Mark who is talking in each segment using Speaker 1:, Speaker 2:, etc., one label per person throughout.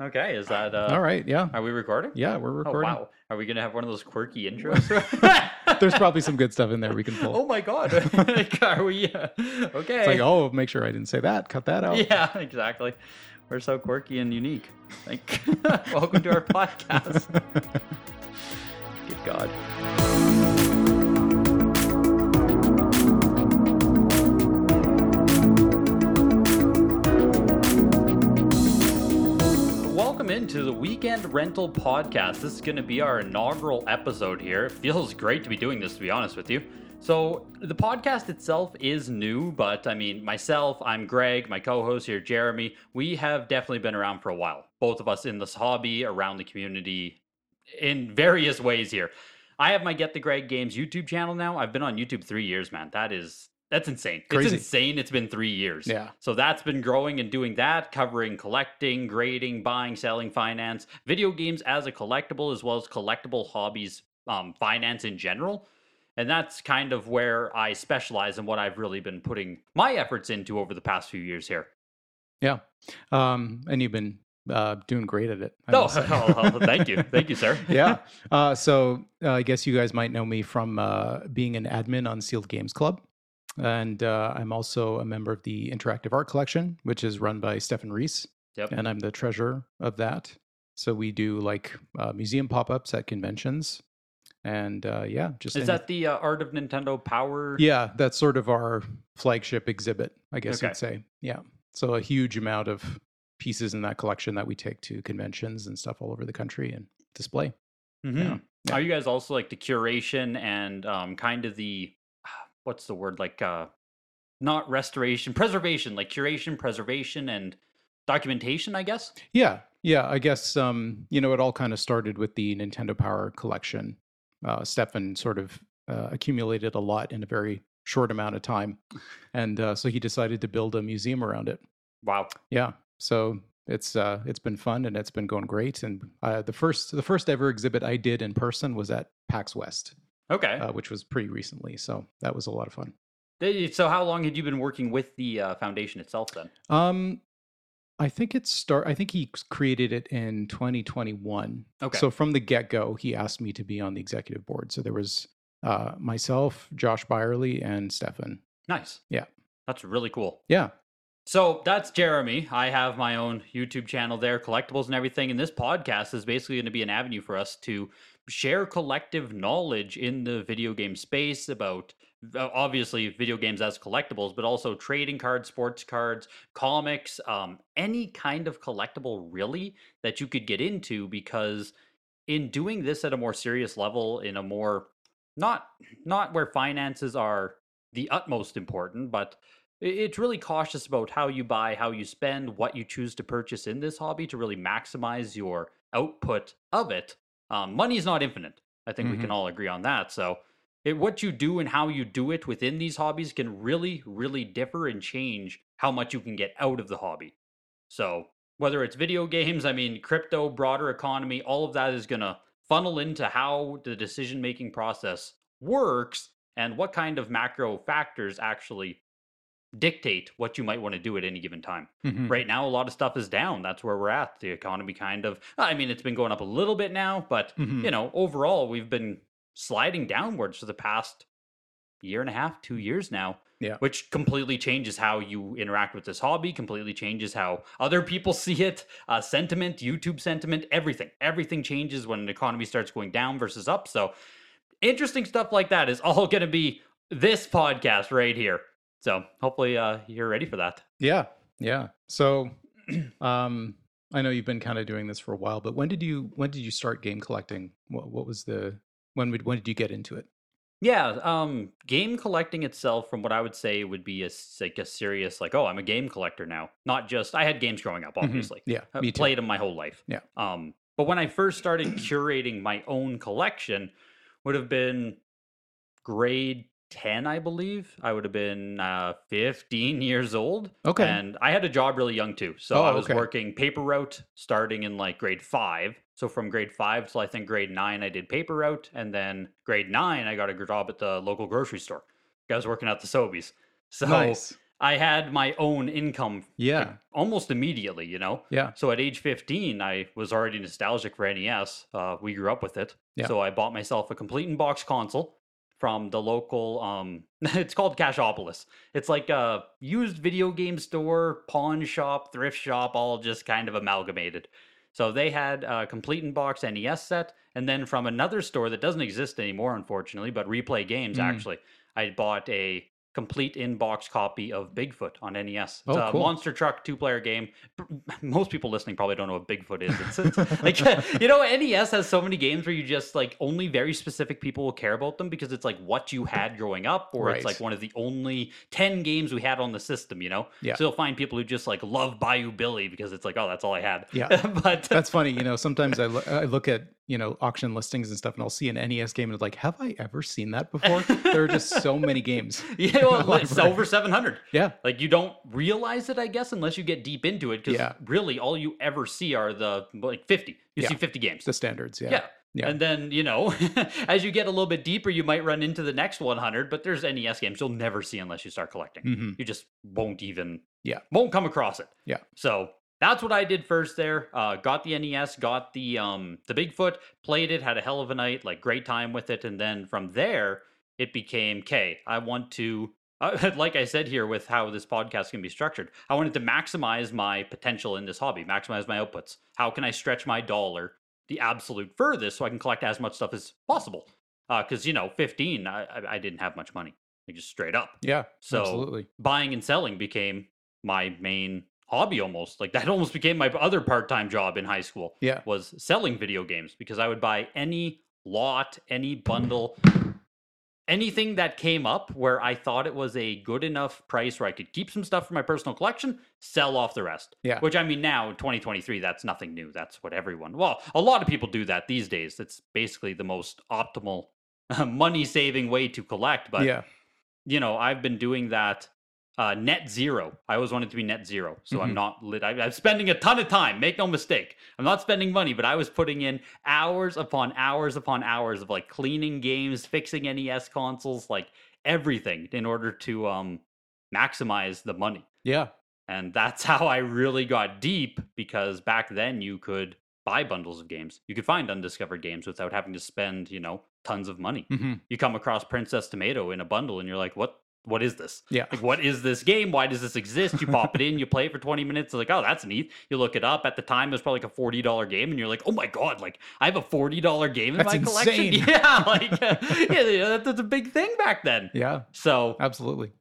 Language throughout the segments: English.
Speaker 1: Okay, is that uh,
Speaker 2: Um, All right. Yeah.
Speaker 1: Are we recording?
Speaker 2: Yeah, we're
Speaker 1: Oh
Speaker 2: recording.
Speaker 1: wow, are we gonna have one of those quirky intros?
Speaker 2: There's probably some good stuff in there we can pull.
Speaker 1: oh my god, Like, are we? Uh, okay.
Speaker 2: It's like, oh, make sure I didn't say that. Cut that out.
Speaker 1: Yeah, exactly. We're so quirky and unique. Like, welcome to our podcast. Good God. Welcome into the Weekend Rental Podcast. This is going to be our inaugural episode here. It feels great to be doing this, to be honest with you. So, the podcast itself is new, but I mean, myself, I'm Greg, my co host here, Jeremy, we have definitely been around for a while, both of us in this hobby, around the community, in various ways here. I have my Get the Greg Games YouTube channel now. I've been on YouTube three years, man. That is that's insane. It's
Speaker 2: Crazy.
Speaker 1: insane. It's been three years.
Speaker 2: Yeah.
Speaker 1: So that's been growing and doing that, covering collecting, grading, buying, selling, finance, video games as a collectible, as well as collectible hobbies, um, finance in general. And that's kind of where I specialize and what I've really been putting my efforts into over the past few years here.
Speaker 2: Yeah. Um, and you've been uh, doing great at it. I
Speaker 1: Oh,
Speaker 2: must say.
Speaker 1: thank you. Thank you, sir.
Speaker 2: yeah. Uh, so uh, I guess you guys might know me from uh, being an admin on Sealed Games Club. And uh, I'm also a member of the Interactive Art Collection, which is run by Stefan Reese.
Speaker 1: Yep.
Speaker 2: And I'm the treasurer of that. So we do like uh, museum pop ups at conventions. And uh, yeah, just
Speaker 1: Is
Speaker 2: any-
Speaker 1: that the uh, Art of Nintendo Power?
Speaker 2: Yeah, that's sort of our flagship exhibit, I guess
Speaker 1: Okay.
Speaker 2: you'd say. Yeah. So a huge amount of pieces in that collection that we take to conventions and stuff all over the country and display.
Speaker 1: Mhm.
Speaker 2: Yeah. Yeah.
Speaker 1: Are you guys also like the curation and um, kind of the what's the word like uh, not restoration, preservation, like curation, preservation, and documentation? I guess.
Speaker 2: Yeah. Yeah. I guess, um, you know, it all kind of started with the Nintendo Power collection. Uh, Stefan sort of uh, accumulated a lot in a very short amount of time. And uh, so he decided to build a museum around it.
Speaker 1: Wow.
Speaker 2: Yeah. So it's uh it's been fun and it's been going great. And uh, the first the first ever exhibit I did in person was at PAX West,
Speaker 1: Okay.
Speaker 2: uh, which was pretty recently. So that was a lot of fun.
Speaker 1: Th- so how long had you been working with the uh, foundation itself then?
Speaker 2: Um, I think it start. I think he c- created it in 2021.
Speaker 1: Okay.
Speaker 2: So from the get go, he asked me to be on the executive board. So there was uh myself, Josh Byerly, and Stefan.
Speaker 1: Nice.
Speaker 2: Yeah.
Speaker 1: That's really cool.
Speaker 2: Yeah.
Speaker 1: So that's Jeremy. I have my own YouTube channel there, collectibles and everything. And this podcast is basically going to be an avenue for us to share collective knowledge in the video game space about uh, obviously video games as collectibles, but also trading cards, sports cards, comics, um, any kind of collectible really that you could get into because in doing this at a more serious level, in a more not not where finances are the utmost important, but i- it's really cautious about how you buy, how you spend, what you choose to purchase in this hobby to really maximize your output of it. Um, money's not infinite. I think we can all agree on that. So, it, what you do and how you do it within these hobbies can really, really differ and change how much you can get out of the hobby. So, whether it's video games, I mean, crypto, broader economy, all of that is going to funnel into how the decision making process works and what kind of macro factors actually dictate what you might want to do at any given time.
Speaker 2: Mhm.
Speaker 1: Right now, a lot of stuff is down. That's where we're at. The economy kind of, I mean, it's been going up a little bit now, but
Speaker 2: Mhm.
Speaker 1: you know, overall, we've been sliding downwards for the past year and a half, two years now.
Speaker 2: Yeah.
Speaker 1: Which completely changes how you interact with this hobby, completely changes how other people see it, uh, sentiment, YouTube sentiment, everything. Everything changes when an economy starts going down versus up. So, interesting stuff like that is all going to be this podcast right here. So, hopefully, uh, you're ready for that.
Speaker 2: Yeah. Yeah. So um I know you've been kind of doing this for a while, but when did you when did you start game collecting? What what was the when would when did you get into it?
Speaker 1: Yeah, um, game collecting itself, from what I would say, would be a s- like a serious like, oh, I'm a game collector now. Not just I had games growing up,
Speaker 2: Mhm.
Speaker 1: obviously. uh,
Speaker 2: Yeah.
Speaker 1: I
Speaker 2: Me too.
Speaker 1: played them my whole life.
Speaker 2: Yeah.
Speaker 1: Um, but when I first started curating my own collection, would have been grade ten, I believe. I would have been uh, fifteen years old.
Speaker 2: Okay.
Speaker 1: And I had a job really young too. So I
Speaker 2: Oh,
Speaker 1: was
Speaker 2: okay.
Speaker 1: working paper route starting in like grade five. So from grade five till I think grade nine, I did paper route. And then grade nine, I got a job at the local grocery store. I was working at the Sobeys. So I had my own income
Speaker 2: Yeah.
Speaker 1: like, almost immediately, you know?
Speaker 2: Yeah.
Speaker 1: So at age 15, I was already nostalgic for NES. Uh, we grew up with it.
Speaker 2: Yeah.
Speaker 1: So I bought myself a complete in box console from the local, um, it's called Cashopolis. It's like a used video game store, pawn shop, thrift shop, all just kind of amalgamated. So they had a complete in box NES set. And then from another store that doesn't exist anymore, unfortunately, but Replay Games,
Speaker 2: Mm.
Speaker 1: actually, I bought a complete in box copy of Bigfoot on NES. It's
Speaker 2: Oh,
Speaker 1: a
Speaker 2: cool.
Speaker 1: monster truck two player game. P- Most people listening probably don't know what Bigfoot is. It's, it's like you know, NES has so many games where you just like only very specific people will care about them because it's like what you had growing up, or it's
Speaker 2: Right.
Speaker 1: like one of the only ten games we had on the system. You know,
Speaker 2: Yeah.
Speaker 1: so you'll find people who just like love Bayou Billy because it's like oh that's all I had.
Speaker 2: Yeah.
Speaker 1: but
Speaker 2: That's funny. You know, sometimes I, lo- I look at, you know, auction listings and stuff and I'll see an NES game and it's like, have I ever seen that before? there are just so many games.
Speaker 1: you know, it's
Speaker 2: Library.
Speaker 1: over seven hundred.
Speaker 2: Yeah.
Speaker 1: Like you don't realize it, I guess, unless you get deep into it. Because
Speaker 2: Yeah.
Speaker 1: really, all you ever see are the like fifty. You
Speaker 2: Yeah.
Speaker 1: see fifty games.
Speaker 2: The standards. Yeah.
Speaker 1: yeah.
Speaker 2: Yeah.
Speaker 1: And then, you know, as you get a little bit deeper, you might run into the next 100, but there's NES games you'll never see unless you start collecting.
Speaker 2: hmm
Speaker 1: You just won't even,
Speaker 2: Yeah.
Speaker 1: won't come across it.
Speaker 2: Yeah.
Speaker 1: So that's what I did first there. Uh, got the NES, got the, um, the Bigfoot, played it, had a hell of a night, like great time with it. And then from there, it became, okay, I want to, uh, like I said here with how this podcast can be structured, I wanted to maximize my potential in this hobby, maximize my outputs. How can I stretch my dollar the absolute furthest so I can collect as much stuff as possible? Because, you know, 15, I, I- I didn't have much money, like just straight up.
Speaker 2: Yeah.
Speaker 1: So
Speaker 2: absolutely.
Speaker 1: buying and selling became my main hobby almost. Like that almost became my other part time job in high school
Speaker 2: Yeah.
Speaker 1: was selling video games because I would buy any lot, any bundle, anything that came up where I thought it was a good enough price where I could keep some stuff for my personal collection, sell off the rest.
Speaker 2: Yeah.
Speaker 1: Which I mean now in 2023 that's nothing new. That's what everyone. Well, a lot of people do that these days. That's basically the most optimal money saving way to collect, but
Speaker 2: yeah.
Speaker 1: you know, I've been doing that uh, net zero. I always wanted to be net zero. So I'm
Speaker 2: Mhm.
Speaker 1: not lit. I, I'm spending a ton of time. Make no mistake. I'm not spending money, but I was putting in hours upon hours upon hours of like cleaning games, fixing NES consoles, like everything in order to um, maximize the money.
Speaker 2: Yeah.
Speaker 1: And that's how I really got deep because back then you could buy bundles of games. You could find undiscovered games without having to spend, you know, tons of money
Speaker 2: hmm
Speaker 1: you come across Princess Tomato in a bundle and you're like, what what is this?
Speaker 2: Yeah.
Speaker 1: Like what is this game? Why does this exist? You pop it in, you play it for 20 minutes, it's like, oh, that's neat. You look it up. At the time it was probably like a $40 game, and you're like, oh my god, like I have a $40 game in
Speaker 2: That's
Speaker 1: my collection.
Speaker 2: insane.
Speaker 1: Yeah, like yeah, that- that's a big thing back then.
Speaker 2: Yeah.
Speaker 1: So
Speaker 2: Absolutely.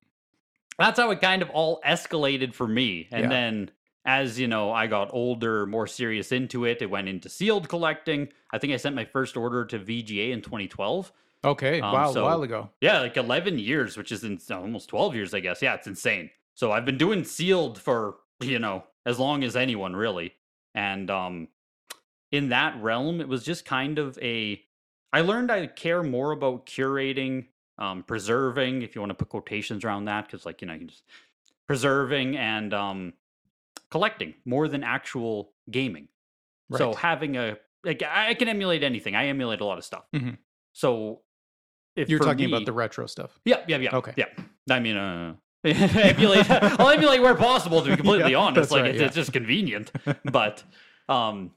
Speaker 1: that's how it kind of all escalated for me. And
Speaker 2: Yeah.
Speaker 1: then as you know, I got older, more serious into it. It went into sealed collecting. I think I sent my first order to VGA in 2012.
Speaker 2: Okay.
Speaker 1: Um,
Speaker 2: wow.
Speaker 1: so-
Speaker 2: a while ago.
Speaker 1: Yeah, like 11 years, which is in, almost 12 years, I guess. Yeah, it's insane. So I've been doing sealed for, you know, as long as anyone really. And um in that realm, it was just kind of a I learned I care more about curating, um preserving, if you want to put quotations around that cuz like, you know, you can just preserving and um collecting more than actual gaming.
Speaker 2: Right.
Speaker 1: So having a like I I can emulate anything. I emulate a lot of stuff.
Speaker 2: Mhm.
Speaker 1: So if
Speaker 2: You're
Speaker 1: for
Speaker 2: talking
Speaker 1: me-
Speaker 2: about the retro stuff.
Speaker 1: yeah, yeah, yeah.
Speaker 2: Okay.
Speaker 1: Yeah. I mean, uh, emulate, I'll emulate where possible, to be completely
Speaker 2: Yeah,
Speaker 1: honest.
Speaker 2: that's
Speaker 1: Like,
Speaker 2: right,
Speaker 1: it's,
Speaker 2: yeah.
Speaker 1: it's just convenient. but, um,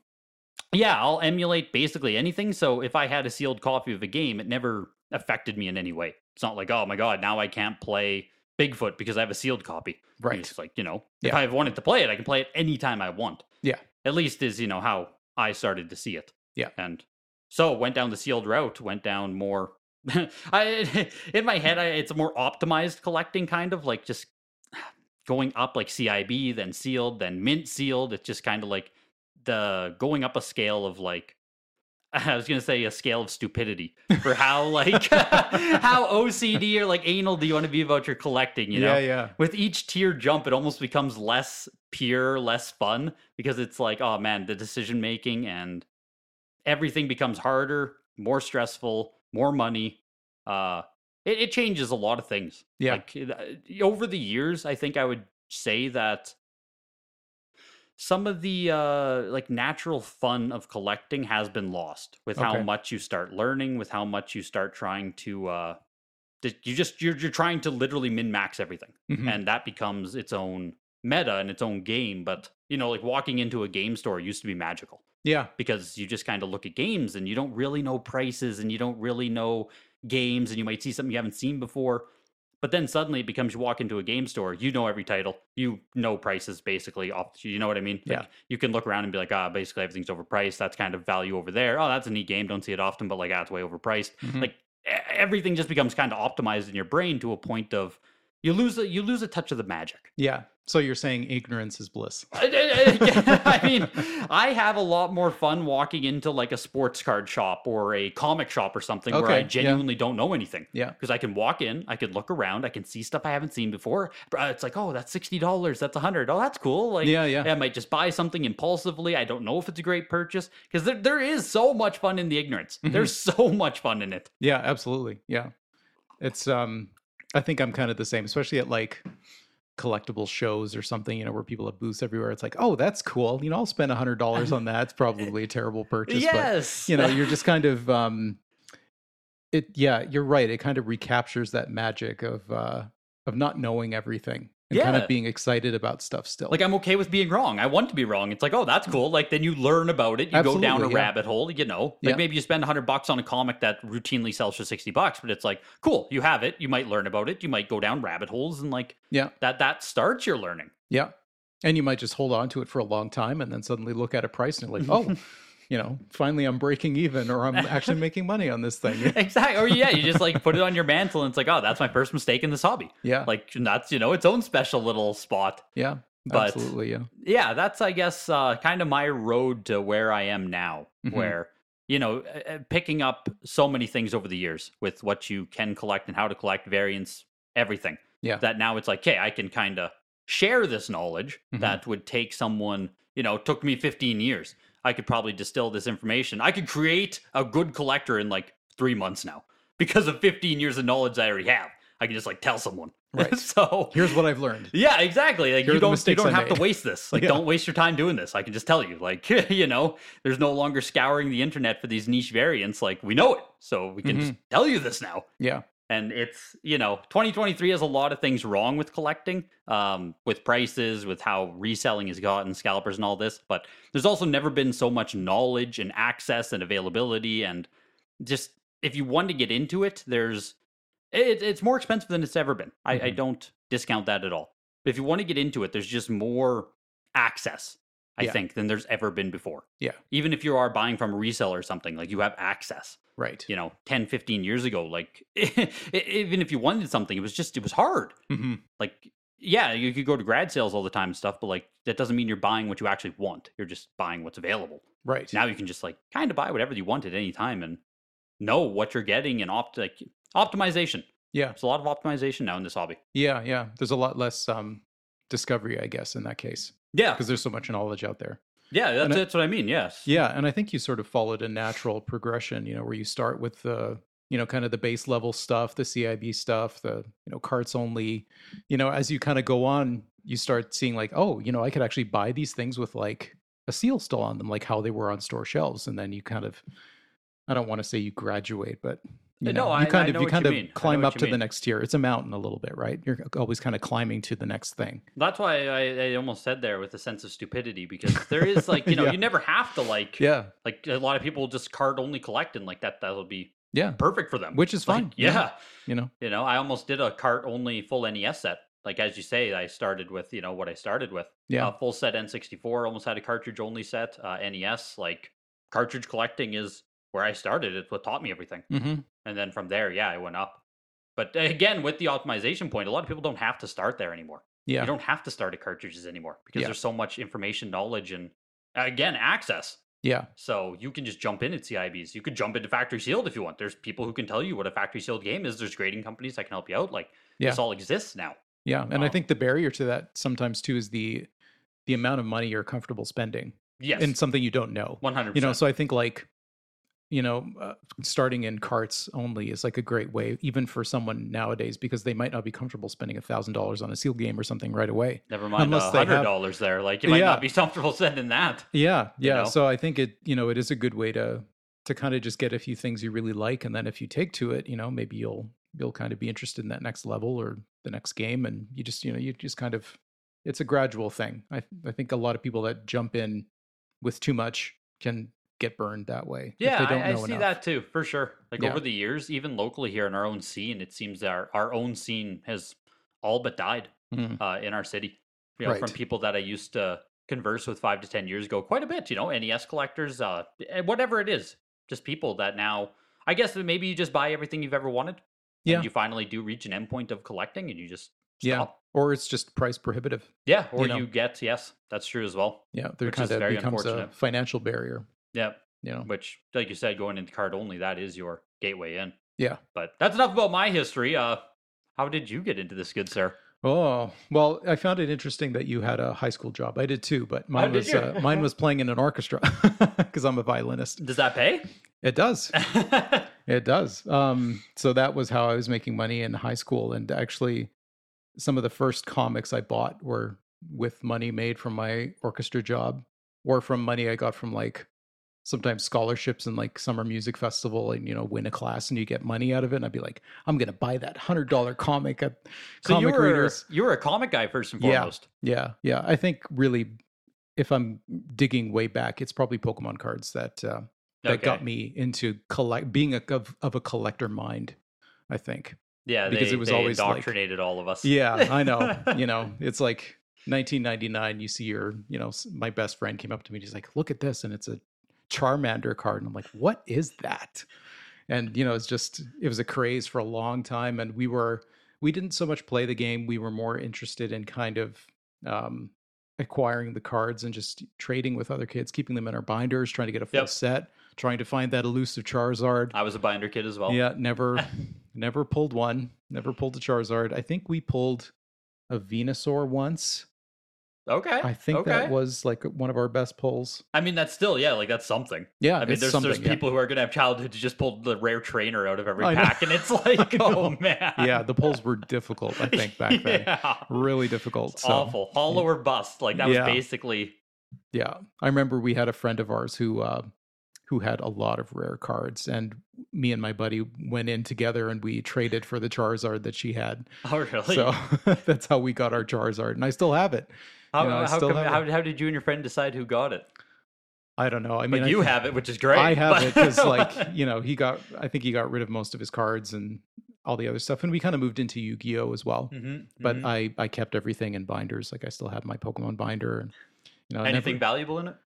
Speaker 1: yeah, I'll emulate basically anything. So if I had a sealed copy of a game, it never affected me in any way. It's not like, oh my God, now I can't play Bigfoot because I have a sealed copy.
Speaker 2: Right.
Speaker 1: It's like, you know, if
Speaker 2: Yeah.
Speaker 1: I wanted to play it, I can play it anytime I want.
Speaker 2: Yeah.
Speaker 1: At least is, you know, how I started to see it.
Speaker 2: Yeah.
Speaker 1: And so went down the sealed route, went down more I in my head I, it's a more optimized collecting kind of like just going up like CIB, then sealed, then mint sealed. It's just kind of like the going up a scale of like I was gonna say a scale of stupidity for how like how OCD or like anal do you want to be about your collecting, you know?
Speaker 2: Yeah. Yeah.
Speaker 1: with each tier jump, it almost becomes less pure, less fun because it's like, oh man, the decision making and everything becomes harder, more stressful, more money. Uh, it, it changes a lot of things.
Speaker 2: Yeah.
Speaker 1: Like it- uh, over the years, I think I would say that some of the uh like natural fun of collecting has been lost with how
Speaker 2: Okay.
Speaker 1: much you start learning with how much you start trying to uh that you just you're you're trying to literally min max everything,
Speaker 2: Mhm.
Speaker 1: and that becomes its own meta and its own game. But you know, like walking into a game store used to be magical
Speaker 2: yeah.
Speaker 1: because you just kind of look at games and you don't really know prices and you don't really know games and you might see something you haven't seen before. But then suddenly it becomes you walk into a game store, you know every title, you know prices basically off you know what I mean?
Speaker 2: Yeah.
Speaker 1: Like, you can look around and be like, ah, basically everything's overpriced. That's kind of value over there. Oh, that's a neat game. Don't see it often, but like ah, it's way overpriced.
Speaker 2: Mhm.
Speaker 1: Like e- everything just becomes kind of optimized in your brain to a point of you lose the, you lose a touch of the magic.
Speaker 2: Yeah. So you're saying ignorance is bliss.
Speaker 1: I- I I- I mean, I have a lot more fun walking into like a sports card shop or a comic shop or something where
Speaker 2: Okay,
Speaker 1: I
Speaker 2: yeah.
Speaker 1: genuinely don't know anything.
Speaker 2: Yeah.
Speaker 1: Because I can walk in, I can look around, I can see stuff I haven't seen before. But, uh, It's like, oh, that's sixty dollars. That's a hundred. Oh, that's cool. Like,
Speaker 2: Yeah, yeah.
Speaker 1: I might just buy something impulsively. I don't know if it's a great purchase because there, there is so much fun in the ignorance.
Speaker 2: Mhm.
Speaker 1: There's so much fun in it.
Speaker 2: Yeah, absolutely. Yeah. It's um I think I'm kind of the same, especially at like collectible shows or something, you know, where people have booths everywhere. It's like, oh, that's cool. You know, I'll spend a hundred dollars on that. It's probably a terrible purchase.
Speaker 1: yes.
Speaker 2: But you know, you're just kind of um it yeah, you're right. It kind of recaptures that magic of uh of not knowing everything and kind
Speaker 1: Yeah.
Speaker 2: of being excited about stuff still.
Speaker 1: like I'm okay with being wrong. I want to be wrong. It's like, oh, that's cool. Like then you learn about it. You go down a
Speaker 2: Absolutely, yeah.
Speaker 1: rabbit hole. You know, like
Speaker 2: Yeah.
Speaker 1: maybe you spend 100 bucks on a comic that routinely sells for 60 bucks, but it's like, cool. You have it. You might learn about it. You might go down rabbit holes, and like
Speaker 2: Yeah.
Speaker 1: that that starts your learning.
Speaker 2: Yeah. And you might just hold on to it for a long time and then suddenly look at a price and you're like, oh, you know, finally I'm breaking even or I'm actually making money on this thing.
Speaker 1: exactly. Or yeah, you just like put it on your mantle, and it's like, oh, that's my first mistake in this hobby.
Speaker 2: Yeah.
Speaker 1: Like and that's you know its own special little spot.
Speaker 2: yeah.
Speaker 1: but-
Speaker 2: absolutely. Yeah.
Speaker 1: yeah, that's I guess uh, kind of my road to where I am now,
Speaker 2: Mhm.
Speaker 1: where you know uh, uh, picking up so many things over the years with what you can collect and how to collect variants, everything.
Speaker 2: Yeah.
Speaker 1: that now it's like, okay, I can kind of share this knowledge
Speaker 2: Mhm.
Speaker 1: that would take someone, you know, took me 15 years. I could probably distill this information. I could create a good collector in like three months now because of 15 years of knowledge I already have. I can just like tell someone.
Speaker 2: Right.
Speaker 1: so
Speaker 2: Here's what I've learned.
Speaker 1: yeah, exactly. Like
Speaker 2: Here are
Speaker 1: you
Speaker 2: the
Speaker 1: don't you
Speaker 2: mistakes
Speaker 1: don't
Speaker 2: I
Speaker 1: have
Speaker 2: made.
Speaker 1: to waste this. Like
Speaker 2: Yeah.
Speaker 1: don't waste your time doing this. I can just tell you. Like you know, there's no longer scouring the internet for these niche variants. Like we know it, so we can just
Speaker 2: Mm-hmm.
Speaker 1: tell you this now.
Speaker 2: Yeah.
Speaker 1: And it's you know, 2023 has a lot of things wrong with collecting, um, with prices, with how reselling has gotten scalpers and all this. But there's also never been so much knowledge and access and availability and just if you want to get into it, there's it, it's more expensive than it's ever been. I, I
Speaker 2: Mhm.
Speaker 1: don't discount that at all. But if you want to get into it, there's just more access, I
Speaker 2: Yeah.
Speaker 1: think, than there's ever been before.
Speaker 2: Yeah.
Speaker 1: Even if you are buying from a reseller or something, like you have access,
Speaker 2: Right.
Speaker 1: you know, 10, 15 years ago, like e- even if you wanted something, it was just, it was hard.
Speaker 2: hmm
Speaker 1: Like, yeah, you could go to grad sales all the time and stuff, but like that doesn't mean you're buying what you actually want. You're just buying what's available
Speaker 2: Right.
Speaker 1: now you can just like kind of buy whatever you want at any time and know what you're getting and opt like optimization.
Speaker 2: Yeah.
Speaker 1: There's a lot of optimization now in this hobby.
Speaker 2: Yeah. Yeah. There's a lot less um, discovery, I guess, in that case,
Speaker 1: Yeah.
Speaker 2: because there's so much knowledge out there.
Speaker 1: Yeah, that's,
Speaker 2: And I-
Speaker 1: that's what I mean. Yes.
Speaker 2: Yeah, and I think you sort of followed a natural progression, you know, where you start with the, you know, kind of the base level stuff, the CIB stuff, the, you know, carts only. You know, as you kind of go on, you start seeing like, oh, you know, I could actually buy these things with like a seal still on them, like how they were on store shelves, and then you kind of, I don't want to say you graduate, but
Speaker 1: Uh,
Speaker 2: you
Speaker 1: no,
Speaker 2: know,
Speaker 1: I-
Speaker 2: you kind
Speaker 1: I
Speaker 2: of
Speaker 1: know
Speaker 2: you
Speaker 1: what you
Speaker 2: kind of
Speaker 1: mean. I know
Speaker 2: climb
Speaker 1: what
Speaker 2: up
Speaker 1: you
Speaker 2: to the
Speaker 1: mean.
Speaker 2: next tier. It's a mountain a little bit, right? You're always kind of climbing to the next thing.
Speaker 1: That's why I, I almost said there with a sense of stupidity because there is like, you know,
Speaker 2: Yeah.
Speaker 1: you never have to like,
Speaker 2: Yeah,
Speaker 1: like a lot of people just card only collect and like that, that'll be
Speaker 2: yeah,
Speaker 1: perfect for them.
Speaker 2: which is
Speaker 1: Like,
Speaker 2: fine.
Speaker 1: yeah.
Speaker 2: you know,
Speaker 1: You know, I almost did a cart only full NES set. Like as you say, I started with you know what I started with.
Speaker 2: Yeah.
Speaker 1: uh, full set N64. Almost had a cartridge only set. Uh, NES like cartridge collecting is where I started. It's what taught me everything,
Speaker 2: mm-hmm.
Speaker 1: and then from there, yeah, I went up. But eh, again, with the optimization point, a lot of people don't have to start there anymore.
Speaker 2: yeah,
Speaker 1: You don't have to start at cartridges anymore because
Speaker 2: Yeah.
Speaker 1: there's so much information, knowledge, and again access.
Speaker 2: yeah,
Speaker 1: So you can just jump in at CIBs. You could jump into factory sealed if you want. There's people who can tell you what a factory sealed game is. There's grading companies that can help you out. Like
Speaker 2: Yeah.
Speaker 1: this all exists now.
Speaker 2: Yeah, and I
Speaker 1: Wow.
Speaker 2: think the barrier to that sometimes too is the the amount of money you're comfortable spending
Speaker 1: Yes,
Speaker 2: in something you don't know.
Speaker 1: one hundred.
Speaker 2: You know, so I think like you know, uh, starting in carts only is like a great way, even for someone nowadays, because they might not be comfortable spending a thousand dollars on a seal game or something right away.
Speaker 1: never mind a
Speaker 2: unless they have-
Speaker 1: hundred dollars there. Like you might
Speaker 2: Yeah.
Speaker 1: not be comfortable sending that.
Speaker 2: Yeah,
Speaker 1: You
Speaker 2: yeah.
Speaker 1: know?
Speaker 2: So I think it, you know, it is a good way to to kind of just get a few things you really like, and then if you take to it, you know, maybe you'll you'll kind of be interested in that next level or the next game and you just you know you just kind of it's a gradual thing i i think a lot of people that jump in with too much can get burned that way if
Speaker 1: Yeah,
Speaker 2: they don't
Speaker 1: I, I
Speaker 2: know
Speaker 1: see
Speaker 2: enough.
Speaker 1: that too, for sure. Like
Speaker 2: Yeah.
Speaker 1: over the years, even locally here in our own scene, it seems that our, our own scene has all but died
Speaker 2: Mm.
Speaker 1: uh, in our city. You know, from
Speaker 2: Right.
Speaker 1: people that I used to converse with five to 10 years ago, quite a bit, you know, NES collectors, uh, eh, whatever it is, just people that now, I guess that maybe you just buy everything you've ever wanted.
Speaker 2: Yeah.
Speaker 1: And you finally do reach an endpoint of collecting and you just
Speaker 2: Yeah.
Speaker 1: stop.
Speaker 2: or it's just price prohibitive
Speaker 1: Yeah. Or
Speaker 2: You know.
Speaker 1: you get, yes, that's true as well.
Speaker 2: yeah there
Speaker 1: Which is
Speaker 2: kind of
Speaker 1: very
Speaker 2: becomes a
Speaker 1: unfortunate.
Speaker 2: financial barrier
Speaker 1: Yeah.
Speaker 2: you know
Speaker 1: which like you said going into card only that is your gateway in
Speaker 2: Yeah.
Speaker 1: but that's enough about my history uh how did you get into this good sir
Speaker 2: Oh well, I found it interesting that you had a high school job. I did too, but mine
Speaker 1: did
Speaker 2: was
Speaker 1: you?
Speaker 2: uh, mine was playing in an orchestra because I'm a violinist.
Speaker 1: does that pay
Speaker 2: It does, it does. Um, so that was how I was making money in high school, and actually, some of the first comics I bought were with money made from my orchestra job, or from money I got from like sometimes scholarships and like summer music festival, and you know, win a class and you get money out of it. And I'd be like, I'm gonna buy that hundred dollar comic at
Speaker 1: so you
Speaker 2: Comic
Speaker 1: were
Speaker 2: readers.
Speaker 1: you were a comic guy first and
Speaker 2: Yeah.
Speaker 1: foremost
Speaker 2: Yeah, yeah. I think really, if I'm digging way back, it's probably Pokemon cards that uh, that
Speaker 1: Okay.
Speaker 2: got me into collect being a of, of a collector mind. I think.
Speaker 1: yeah
Speaker 2: because
Speaker 1: they,
Speaker 2: it was
Speaker 1: they
Speaker 2: always, like-
Speaker 1: indoctrinated all of us
Speaker 2: Yeah, I know. you know, it's like 1999. You see your, you know, s- my best friend came up to me. and He's like, "Look at this," and it's a Charmander card, and I'm like, "What is that?" And you know, it's just it was a craze for a long time, and we were we didn't so much play the game. We were more interested in kind of um, acquiring the cards and just trading with other kids, keeping them in our binders, trying to get a full
Speaker 1: Yep.
Speaker 2: set, trying to find that elusive Charizard.
Speaker 1: i was a binder kid as well
Speaker 2: Yeah, never, never pulled one. Never pulled a Charizard. I think we pulled a Venusaur once.
Speaker 1: okay
Speaker 2: I think
Speaker 1: okay
Speaker 2: that was like one of our best pulls.
Speaker 1: i mean that's still yeah like that's something
Speaker 2: Yeah,
Speaker 1: I mean,
Speaker 2: Uh, it's
Speaker 1: there's
Speaker 2: something.
Speaker 1: there's
Speaker 2: yeah.
Speaker 1: people who are gonna have childhood who just pulled the rare trainer out of every
Speaker 2: I know.
Speaker 1: pack, and it's like, oh man,
Speaker 2: Yeah. the pulls were difficult. I think back then,
Speaker 1: Yeah.
Speaker 2: really difficult. So,
Speaker 1: awful hollow or bust like that
Speaker 2: Yeah.
Speaker 1: was basically
Speaker 2: Yeah, I remember we had a friend of ours who uh, who had a lot of rare cards, and me and my buddy went in together and we traded for the Charizard that she had.
Speaker 1: oh really
Speaker 2: So that's how we got our Charizard, and I still have it.
Speaker 1: how,
Speaker 2: know, I
Speaker 1: how,
Speaker 2: still
Speaker 1: come,
Speaker 2: have it.
Speaker 1: how, how did you and your friend decide who got it
Speaker 2: I don't know. I
Speaker 1: I
Speaker 2: mean,
Speaker 1: mean,
Speaker 2: I
Speaker 1: you
Speaker 2: think-
Speaker 1: have it which is great
Speaker 2: I have
Speaker 1: but-
Speaker 2: it because, like, you know, he got. I think he got rid of most of his cards and all the other stuff, and we kind of moved into Yu-Gi-Oh as well.
Speaker 1: Mhm,
Speaker 2: But uh,
Speaker 1: mhm.
Speaker 2: I I kept everything in binders. Like, I still have my Pokemon binder, and you know, I
Speaker 1: anything
Speaker 2: Never,
Speaker 1: valuable in it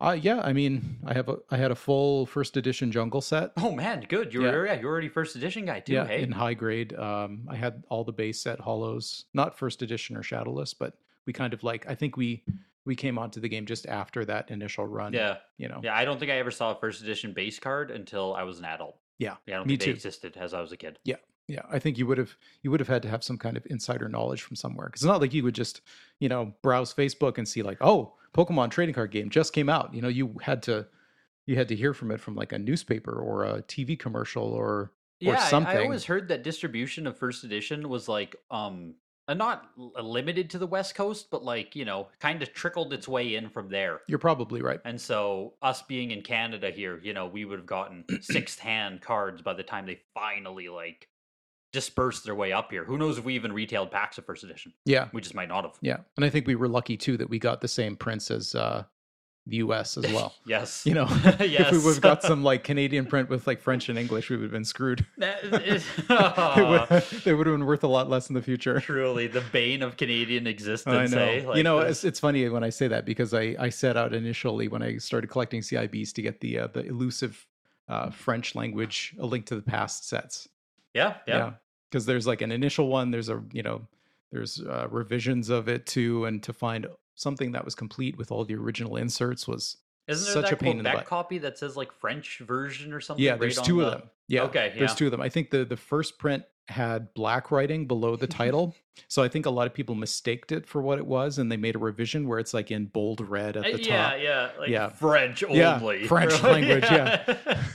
Speaker 2: uh, yeah, I mean, I have a I had a full first edition Jungle set.
Speaker 1: oh man good you're yeah. you're already first edition guy too
Speaker 2: yeah,
Speaker 1: hey
Speaker 2: in high grade. Um, I had all the base set hollows, not first edition or shadowless, but we kind of like. I think we we came onto the game just after that initial run.
Speaker 1: yeah
Speaker 2: you know.
Speaker 1: yeah i don't think i ever saw a first edition base card until i was an adult
Speaker 2: Yeah,
Speaker 1: yeah i don't
Speaker 2: me
Speaker 1: think they
Speaker 2: too.
Speaker 1: existed as i was a kid
Speaker 2: Yeah, I think you would have you would have had to have some kind of insider knowledge from somewhere. 'Cause it's not like you would just you know browse Facebook and see like, oh, Pokemon trading card game just came out. You know, you had to you had to hear from it from like a newspaper or a TV commercial or
Speaker 1: yeah I- I,
Speaker 2: something.
Speaker 1: always heard that distribution of first edition was like um uh, not l- limited to the west coast but like you know kind of trickled its way in from there
Speaker 2: you're probably right.
Speaker 1: And so, us being in Canada here, you know, we would have gotten sixth hand cards by the time they finally like dispersed their way up here. Who knows if we even retailed packs of first edition?
Speaker 2: Yeah,
Speaker 1: We just might not have.
Speaker 2: yeah, and I think we were lucky too that we got the same prints as uh, the U.S. as well.
Speaker 1: Yes.
Speaker 2: You know,
Speaker 1: yes.
Speaker 2: if we would have got some like Canadian print with like French and English, we would have been screwed.
Speaker 1: That is-
Speaker 2: they would have been worth a lot less in the future.
Speaker 1: truly the bane of Canadian
Speaker 2: I
Speaker 1: existence.
Speaker 2: know.
Speaker 1: eh? Like,
Speaker 2: you know,
Speaker 1: uh,
Speaker 2: it's, it's funny when I say that because I, I set out initially when I started collecting CIBs to get the uh, the elusive uh, French language A Link to the Past sets.
Speaker 1: yeah, yeah.
Speaker 2: Because there's like an initial one. There's a you know there's uh, revisions of it too, and to find something that was complete with all the original inserts was
Speaker 1: Isn't there
Speaker 2: such a
Speaker 1: that
Speaker 2: pain in the
Speaker 1: Quebec
Speaker 2: butt.
Speaker 1: copy that says like French version or something?
Speaker 2: yeah.
Speaker 1: right
Speaker 2: There's
Speaker 1: on
Speaker 2: two of
Speaker 1: the-
Speaker 2: them. Yeah.
Speaker 1: Okay,
Speaker 2: There's
Speaker 1: yeah.
Speaker 2: two of them. I think the the first print had black writing below the title. So I think a lot of people mistaked it for what it was, and they made a revision where it's like in bold red at
Speaker 1: Uh,
Speaker 2: the top.
Speaker 1: Yeah, yeah, like
Speaker 2: Yeah.
Speaker 1: French
Speaker 2: Yeah,
Speaker 1: only.
Speaker 2: French
Speaker 1: Right?
Speaker 2: language,